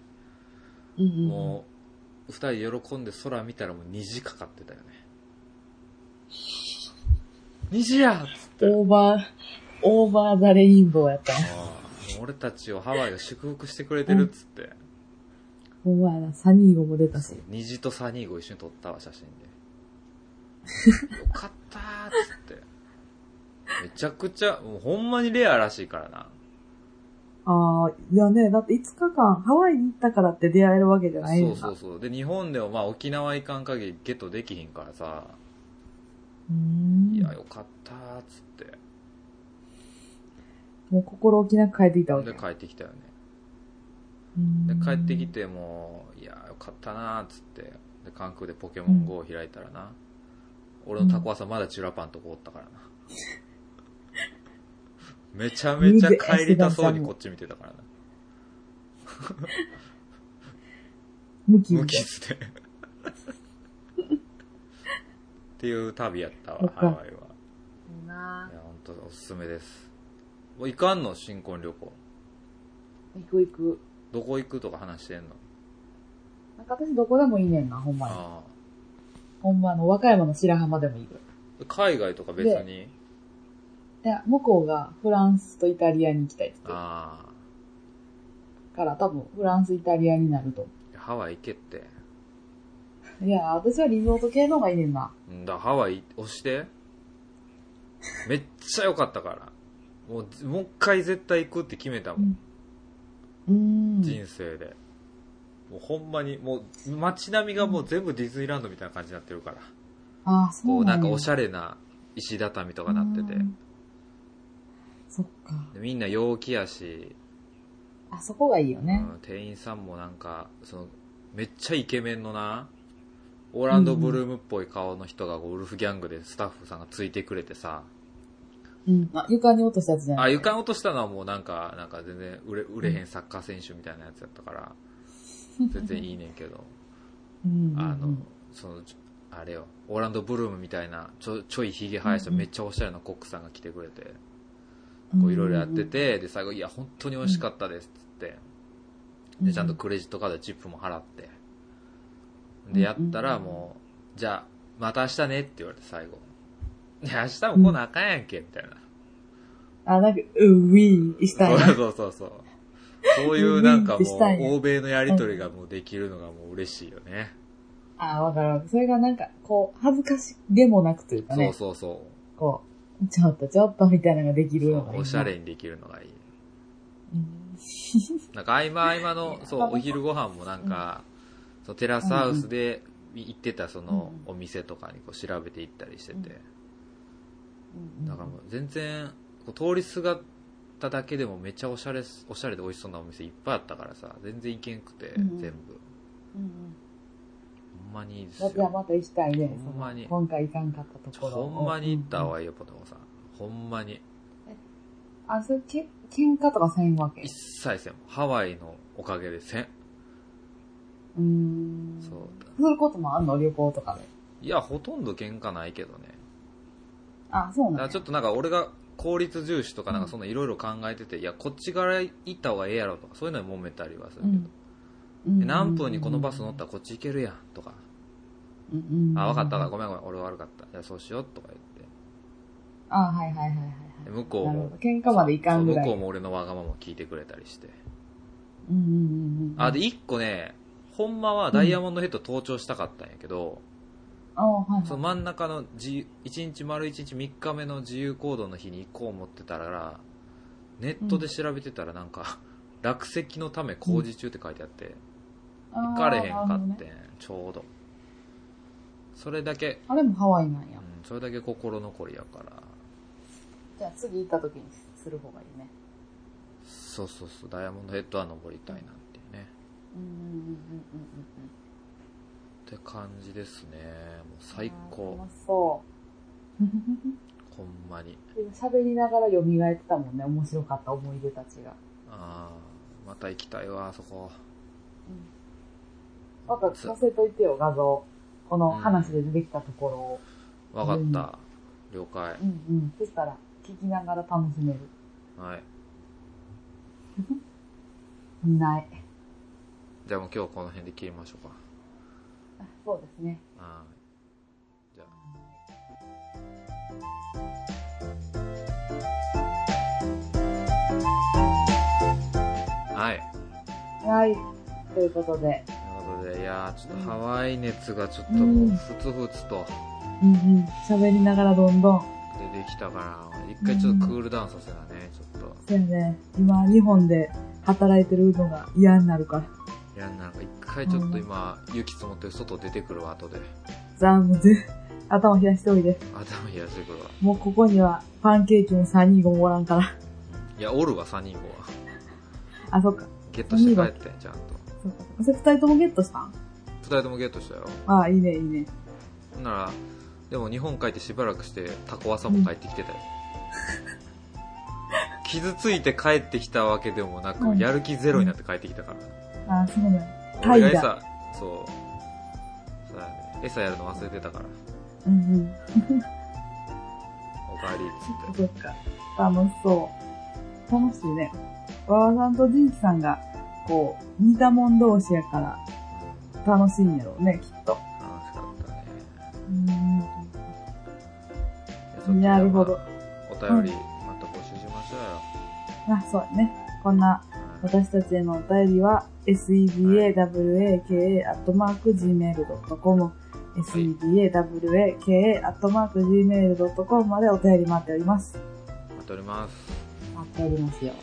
Speaker 2: うんうん
Speaker 1: もう、二人喜んで空見たらもう虹かかってたよね。虹やっつって。
Speaker 2: オーバー、オーバーザレインボーやった。
Speaker 1: ああ俺たちをハワイが祝福してくれてるっつって。
Speaker 2: ほんまやな、サニーゴも出たし。
Speaker 1: 虹とサニーゴ一緒に撮ったわ、写真
Speaker 2: <laughs>
Speaker 1: で。よかったーっつって。めちゃくちゃ、もうほんまにレアらしいからな。
Speaker 2: ああ、いやね、だって5日間ハワイに行ったからって出会えるわけじゃない
Speaker 1: そ
Speaker 2: よ
Speaker 1: う
Speaker 2: な。
Speaker 1: そうそう。で、日本でもまあ沖縄行かん限りゲットできひんからさ。
Speaker 2: うーん
Speaker 1: いや、よかったーっつって。
Speaker 2: もう心置きなく帰ってきたわけ
Speaker 1: で、
Speaker 2: や。
Speaker 1: 帰ってきたよね。
Speaker 2: で
Speaker 1: で帰ってき。てもういやよかったなーっつってで関空でポケモン GO を開いたらな、俺のタコワさんまだチュラパンとこおった
Speaker 2: <laughs>
Speaker 1: からな、めちゃめちゃ帰りたそうにこっち見てたからな
Speaker 2: 無傷で。
Speaker 1: 無傷で <laughs> っていう旅やったわ
Speaker 2: そっか
Speaker 1: ハワイは
Speaker 2: そうない
Speaker 1: や本当おすすめですもう行かんの新婚旅行
Speaker 2: 行く行く。
Speaker 1: どこ行くとか話してんの
Speaker 2: なんか私どこでもいいねんな、ほんまに。
Speaker 1: あ
Speaker 2: ほんまあの、和歌山の白浜でもいいぐらい。
Speaker 1: あ海外とか別に
Speaker 2: いや、向こうがフランスとイタリアに行きたいって言ってる
Speaker 1: あ
Speaker 2: から、多分フランス、イタリアになると。
Speaker 1: あハワイ行けって
Speaker 2: いや、私はリゾート系の方がいいねんな。
Speaker 1: うんだハワイ押してめっちゃ良かったからもうもう一回絶対行くって決めたもん、
Speaker 2: うん。
Speaker 1: 人生でもうほんまにもう街並みがもう全部ディズニーランドみたいな感じになってるから
Speaker 2: ああ、そ
Speaker 1: こ
Speaker 2: う
Speaker 1: うなんか
Speaker 2: や
Speaker 1: おしゃれな石畳とかなってて
Speaker 2: うんそっか。
Speaker 1: でみんな陽気やし、
Speaker 2: あそこがいいよね。
Speaker 1: うん店員さんもなんかそのめっちゃイケメンのなオーランド・ブルームっぽい顔の人がこうウルフギャングでスタッフさんがついてくれてさ、
Speaker 2: うん。あ、床に落としたやつじゃない
Speaker 1: あ床に落としたのはもうなんかなんか全然売れ売れへんサッカー選手みたいなやつやったから全然いいねんけど
Speaker 2: うんうんうん。
Speaker 1: あのそのちょあれよオーランド・ブルームみたいなちょちょいひげ生やした
Speaker 2: うんうん
Speaker 1: めっちゃおしゃれなコックさんが来てくれて
Speaker 2: うん、
Speaker 1: こういろいろやっててで最後「いや本当に美味しかったです」っつって
Speaker 2: うん、
Speaker 1: でちゃんとクレジットカードでチップも払ってでやったらもう「じゃあまた明日ね」って言われて
Speaker 2: <laughs>
Speaker 1: 最後「いや明日も来なあかんやんけ」みたいな
Speaker 2: あ、なんか、うんウィーンしたいな。
Speaker 1: <laughs> そうそうそうそう。そういうなんかも
Speaker 2: リベンジしたいね
Speaker 1: う、欧米のやりとりがもうできるのがもう嬉しいよね。
Speaker 2: あわかるわかる。それがなんか、こう、恥ずかしでもなくというか
Speaker 1: そう
Speaker 2: ね、
Speaker 1: そうそ
Speaker 2: こう、ちょっとちょっとみたいなのができ
Speaker 1: う。
Speaker 2: るのがいいな。
Speaker 1: おしゃれにできるのがいい。
Speaker 2: うん。
Speaker 1: なんか合間合間の、そ
Speaker 2: やっ
Speaker 1: う、
Speaker 2: ぱ
Speaker 1: お昼ご飯もなんか、そのテラスハウスで行ってたその
Speaker 2: う
Speaker 1: お
Speaker 2: ん
Speaker 1: 店とかにこう調べて行ったりしてて、
Speaker 2: うん
Speaker 1: だからもう全然、こう通りすがっただけでもめっちゃおしゃれ、おしゃれで美味しそうなお店いっぱいあったからさ、全然行けんくて、
Speaker 2: うん
Speaker 1: 全部。
Speaker 2: うんうん
Speaker 1: ほんまにいいです
Speaker 2: だっては
Speaker 1: よ。
Speaker 2: また行きたいね。
Speaker 1: ほんまに
Speaker 2: その今回行かんかったところ。
Speaker 1: ほんまに行った方がいいよ、ポトコさん。ほんまに。
Speaker 2: あ、それけ、喧嘩とかせんわけ。
Speaker 1: 一切せんハワイのおかげでせん
Speaker 2: うーん。
Speaker 1: そう
Speaker 2: そういうこともあんの旅行とかで。
Speaker 1: いやほとんど喧嘩ないけどね
Speaker 2: あ、そう
Speaker 1: だか
Speaker 2: なん
Speaker 1: ら
Speaker 2: だ。
Speaker 1: ちょっとなんか俺が効率重視とかなんかそんないろいろ考えてて、いやこっちから行った方がええやろとかそういうのに揉めたりはするけど、
Speaker 2: うん
Speaker 1: で何分にこのバス乗ったらこっち行けるやんとか、
Speaker 2: うんうんうん
Speaker 1: あ分かったわごめんごめん俺悪かったじゃあそうしようとか言っ
Speaker 2: あ、はいはいはいはい
Speaker 1: てで
Speaker 2: はい。
Speaker 1: 向こう
Speaker 2: なる
Speaker 1: も
Speaker 2: ほど。喧嘩までいかんぐらい。
Speaker 1: そう向こうも俺のわがままを聞いてくれたりして、
Speaker 2: うんうんうんうん。
Speaker 1: あで1個ねほんまはダイヤモンドヘッド登頂したかったんやけど、
Speaker 2: あ、はいはい。
Speaker 1: その真ん中の自1日丸1日3日目の自由行動の日に行こう思ってたらネットで調べてたらなんか、落石のため工事中って書いてあって、
Speaker 2: あー
Speaker 1: 行かれへんか
Speaker 2: なるほど
Speaker 1: っ
Speaker 2: ね
Speaker 1: てん、ちょうどそれだけ、
Speaker 2: あれもハワイなん
Speaker 1: う
Speaker 2: や。
Speaker 1: ん、それだけ心残りやから
Speaker 2: じゃあ次行った時にする方がいいね。
Speaker 1: そうそうそうダイヤモンドヘッドは登りたいなんていうね
Speaker 2: うんうんうんうん
Speaker 1: って感じですねもう最
Speaker 2: うんうん。
Speaker 1: 高
Speaker 2: 楽しそう。
Speaker 1: ほんまに
Speaker 2: 喋りながら蘇ってたもんね、面白かった思い出たちが。
Speaker 1: ああまた行きたいわあそこ
Speaker 2: また聞かせといてよ、画像。この
Speaker 1: うん
Speaker 2: 話で出てきたところを。
Speaker 1: わかった、了解
Speaker 2: うんうん。そしたら、聞きながら楽しめる。
Speaker 1: はい
Speaker 2: ない。
Speaker 1: じゃあもう今日この辺で切りましょうか。
Speaker 2: あそうですね。
Speaker 1: はいじゃあはい。
Speaker 2: はい。ということで。
Speaker 1: ということで、いやー、ちょっとハワイ熱がちょっともう、ふつふつと
Speaker 2: うんうん。喋りながらどんどん。
Speaker 1: 出てきたから、一回ちょっとクールダウンさせなね、ちょっと。
Speaker 2: そうやね。今、日本で働いてるのが嫌になるから。
Speaker 1: いや、なんか一回ちょっと今、雪積もってる外出てくるわ、後で。
Speaker 2: じゃあもうぜ、頭冷やしておいで。
Speaker 1: 頭冷やしてくるわ。
Speaker 2: もうここにはパンケーキも3人5もおらんから。
Speaker 1: いや、おるわ、3人もは。
Speaker 2: あ、そっか。
Speaker 1: ゲットして帰って、ちゃんと。
Speaker 2: そっか。それ2人ともゲットしたん
Speaker 1: 二人ともゲットしたよ。
Speaker 2: ああ、いいね、いいね。
Speaker 1: ほんなら、でも日本帰ってしばらくしてタコワサも帰ってき
Speaker 2: <laughs>
Speaker 1: てたよ。傷ついて帰ってきたわけでもなく、
Speaker 2: うん
Speaker 1: やる気ゼロになって帰ってきたから。
Speaker 2: ああ、そうだよ。
Speaker 1: 俺が
Speaker 2: 怠
Speaker 1: 餌、そう。そうだね餌やるの忘れてたから、
Speaker 2: うんうん。
Speaker 1: おかえりっつって。
Speaker 2: そっか。楽しそう。楽しいね。わわさんとジンキさんが、こう、似たもん同士やから、楽しいんやろうね、きっと。
Speaker 1: 楽しかったね
Speaker 2: うん。
Speaker 1: いやちょっと。
Speaker 2: なるほど
Speaker 1: じゃあ。お便り、また募集しましょうよ。
Speaker 2: あ、そうやね。こんな、
Speaker 1: はい
Speaker 2: 私たちへのお便りは、sebawaka.gmail.com、sebawaka.gmail.com までお便り待っております。
Speaker 1: 待っております。
Speaker 2: やりますよ。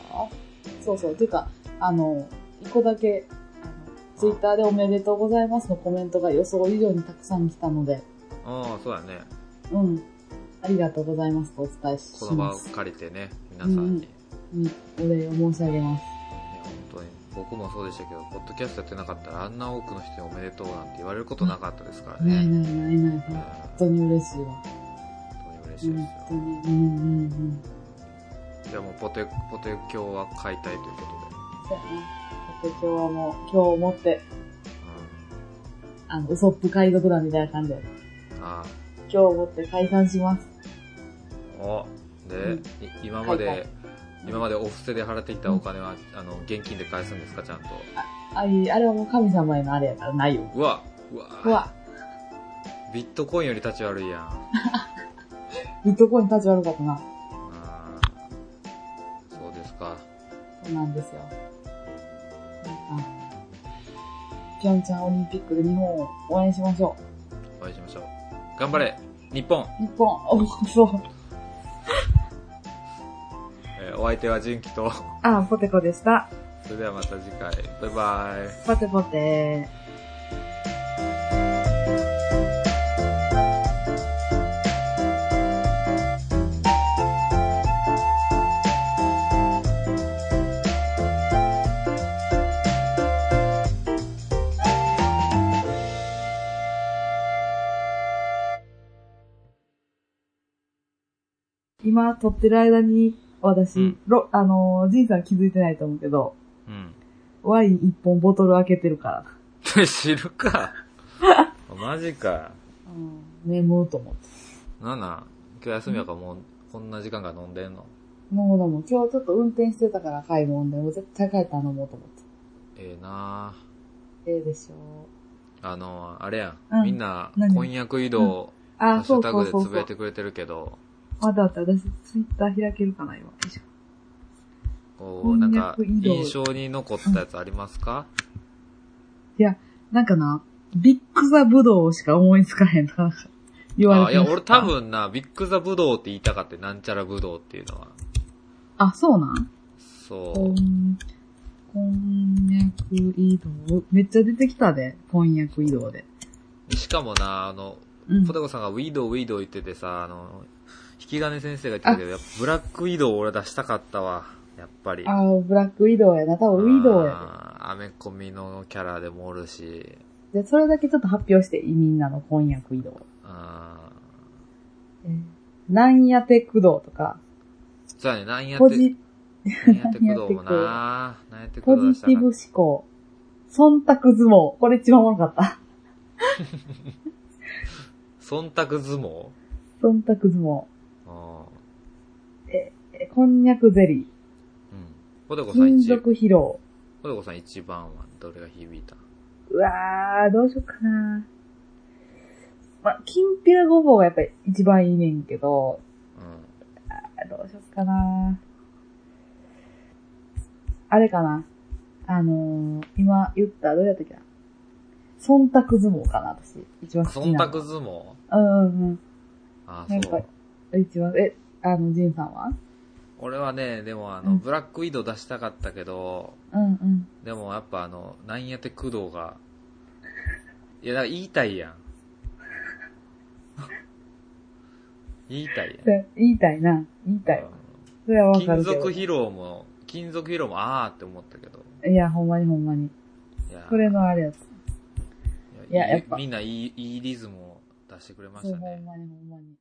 Speaker 2: そうそう。ていうか、あの、一個だけ、あの、ツイッターでおめでとうございますのコメントが予想以上にたくさん来たので、
Speaker 1: ああ、そうやね。
Speaker 2: うん。ありがとうございますとお伝えし
Speaker 1: この場
Speaker 2: ま
Speaker 1: を
Speaker 2: す。
Speaker 1: 借りてね、皆さんに。
Speaker 2: うんうん、お礼を申し上げます。
Speaker 1: いや本当に僕もそうでしたけど、ポッドキャストやってなかったら、あんな多くの人におめでとうなんて言われることなかったですから
Speaker 2: ない
Speaker 1: ね。
Speaker 2: ないないない、
Speaker 1: うん
Speaker 2: 本
Speaker 1: 本
Speaker 2: 当に嬉しいわ。
Speaker 1: 当に嬉しいで
Speaker 2: 本
Speaker 1: す
Speaker 2: 当
Speaker 1: よ。
Speaker 2: に。うんうんうん。
Speaker 1: じゃあもうポテ、ポテ教は解体というこ
Speaker 2: そうやな。だって今日はもう、今日をもって、
Speaker 1: とで。
Speaker 2: あの、ウソップ海賊団みたいな感じで、
Speaker 1: うん。あ
Speaker 2: 今日をもって解散します。
Speaker 1: あ。おで、
Speaker 2: うん
Speaker 1: い今まで、
Speaker 2: 解体
Speaker 1: 今までお布施で払ってきたお金は、あの、現金で返すんですか、ちゃんと。
Speaker 2: あいあれはもう神様へのあれやからないよ。
Speaker 1: うわうわ
Speaker 2: うわ、
Speaker 1: ビットコインより立ち悪いやん。
Speaker 2: ビットコイン立ち悪かったな。
Speaker 1: あーそうですか。
Speaker 2: そうなんですよ。なんかピョンチャンオリンピックで日本を応援しましょ
Speaker 1: お会いしましょう。頑張れ日本
Speaker 2: う。日本、お、そう。
Speaker 1: えーお相手は純喜と、 <laughs>
Speaker 2: あ、ポテコでした。
Speaker 1: それではまた次回。バイバイ。
Speaker 2: ポテポテ今撮ってる間に、私、
Speaker 1: うん
Speaker 2: ろあのー、ジンさん気づいてないと思うけど、
Speaker 1: うん。
Speaker 2: ワイン一本ボトル開けてるから。
Speaker 1: <laughs> 知るか。マジか。
Speaker 2: うん。眠うと思って。
Speaker 1: なんなん今日休みやからもう、こんな時間から飲んでんの
Speaker 2: もうでも今日ちょっと運転してたから買い物で、もう絶対帰ったら飲もうと思って。
Speaker 1: ええな
Speaker 2: ええでしょ
Speaker 1: ぁ。あの、あれやん。
Speaker 2: うん
Speaker 1: みんな、
Speaker 2: 何
Speaker 1: 婚約移動、
Speaker 2: う。
Speaker 1: ハ
Speaker 2: あ
Speaker 1: ッ
Speaker 2: ー、
Speaker 1: シ
Speaker 2: そ
Speaker 1: ュ
Speaker 2: う
Speaker 1: タ
Speaker 2: そ
Speaker 1: グ
Speaker 2: う
Speaker 1: で
Speaker 2: そう
Speaker 1: つぶ
Speaker 2: そ。
Speaker 1: やいうてくれてるけど、
Speaker 2: まだ私ツイッター開けるかな、今。よいしょ
Speaker 1: こう、なんか、
Speaker 2: 婚約移動
Speaker 1: 印象に残ったやつありますか
Speaker 2: なんかな、ビッグザブドウしか思いつかへんとか、なんか言われ
Speaker 1: あ
Speaker 2: て
Speaker 1: いや、
Speaker 2: ました
Speaker 1: 俺多。分な、ビッグザブドウって言いたかって、なんちゃらブドウっていうのは。
Speaker 2: あ、そうなんこ
Speaker 1: そ
Speaker 2: ん、こんにゃく移動。めっちゃ出てきたで、こんにゃく移動で。
Speaker 1: う。しかもな、あの、
Speaker 2: うん
Speaker 1: ポテ。コさんがウィードウウィードウ言っててさ、あの、引き金先生が言ってたけど、やっぱブラックウィードウ俺出したかったわ。やっぱり。
Speaker 2: あー、ブラック移動やな。多分ウィドウやで。
Speaker 1: あーアメコミのキャラでもおるし、
Speaker 2: じゃあそれだけちょっと発表していい、みんなの婚約移動。
Speaker 1: あ
Speaker 2: なんやてくどとか、
Speaker 1: ーそうやね、なんやって、
Speaker 2: ポジ
Speaker 1: なんやってくどう
Speaker 2: <laughs>
Speaker 1: もななんやってく
Speaker 2: ポ
Speaker 1: どう出
Speaker 2: ジ
Speaker 1: した
Speaker 2: ティ
Speaker 1: か
Speaker 2: ブ
Speaker 1: っ
Speaker 2: 思考、忖度相撲。これ一番悪かった。 <laughs>
Speaker 1: た。忖度相撲
Speaker 2: 忖度相撲。
Speaker 1: あ
Speaker 2: えこんにゃくゼリ
Speaker 1: ーうん。ポテコ
Speaker 2: ー。
Speaker 1: さん
Speaker 2: 金
Speaker 1: 一、
Speaker 2: 属疲労。
Speaker 1: ポテコさん一番はどれが響いた
Speaker 2: うわー、どうしようかな。まあ、きんぴらごぼうがやっぱり一番いいねんけど、
Speaker 1: う
Speaker 2: あどうしようかな。あれかな。あのー、今言った、どうやったっけな。忖度相撲かな、私。一
Speaker 1: ん。
Speaker 2: 番好き
Speaker 1: 忖
Speaker 2: なの。
Speaker 1: 度相撲
Speaker 2: うんうん
Speaker 1: あ
Speaker 2: なん
Speaker 1: ー、
Speaker 2: か
Speaker 1: そう。
Speaker 2: うん。一番、え、あの、ジンさんは
Speaker 1: 俺はね、でもあの、
Speaker 2: うん
Speaker 1: ブラックウィードウ出したかったけど、
Speaker 2: うんうん。
Speaker 1: でもやっぱあの、なんやって工藤が、いや、だから言いたいやん。 <laughs> 言いたいやん。
Speaker 2: で言いたいな。言いたいわ。それはわか
Speaker 1: 金
Speaker 2: るけ
Speaker 1: 属
Speaker 2: ど。
Speaker 1: 疲労も、金属疲労もあーって思ったけど。
Speaker 2: いや、ほんまにほんまに。
Speaker 1: いや
Speaker 2: これのあれやつ。
Speaker 1: いや
Speaker 2: いややっぱ
Speaker 1: みんないい、いいリズムを出してくれま
Speaker 2: そ
Speaker 1: し
Speaker 2: う、
Speaker 1: た
Speaker 2: ほん
Speaker 1: ね。
Speaker 2: まにほんまに。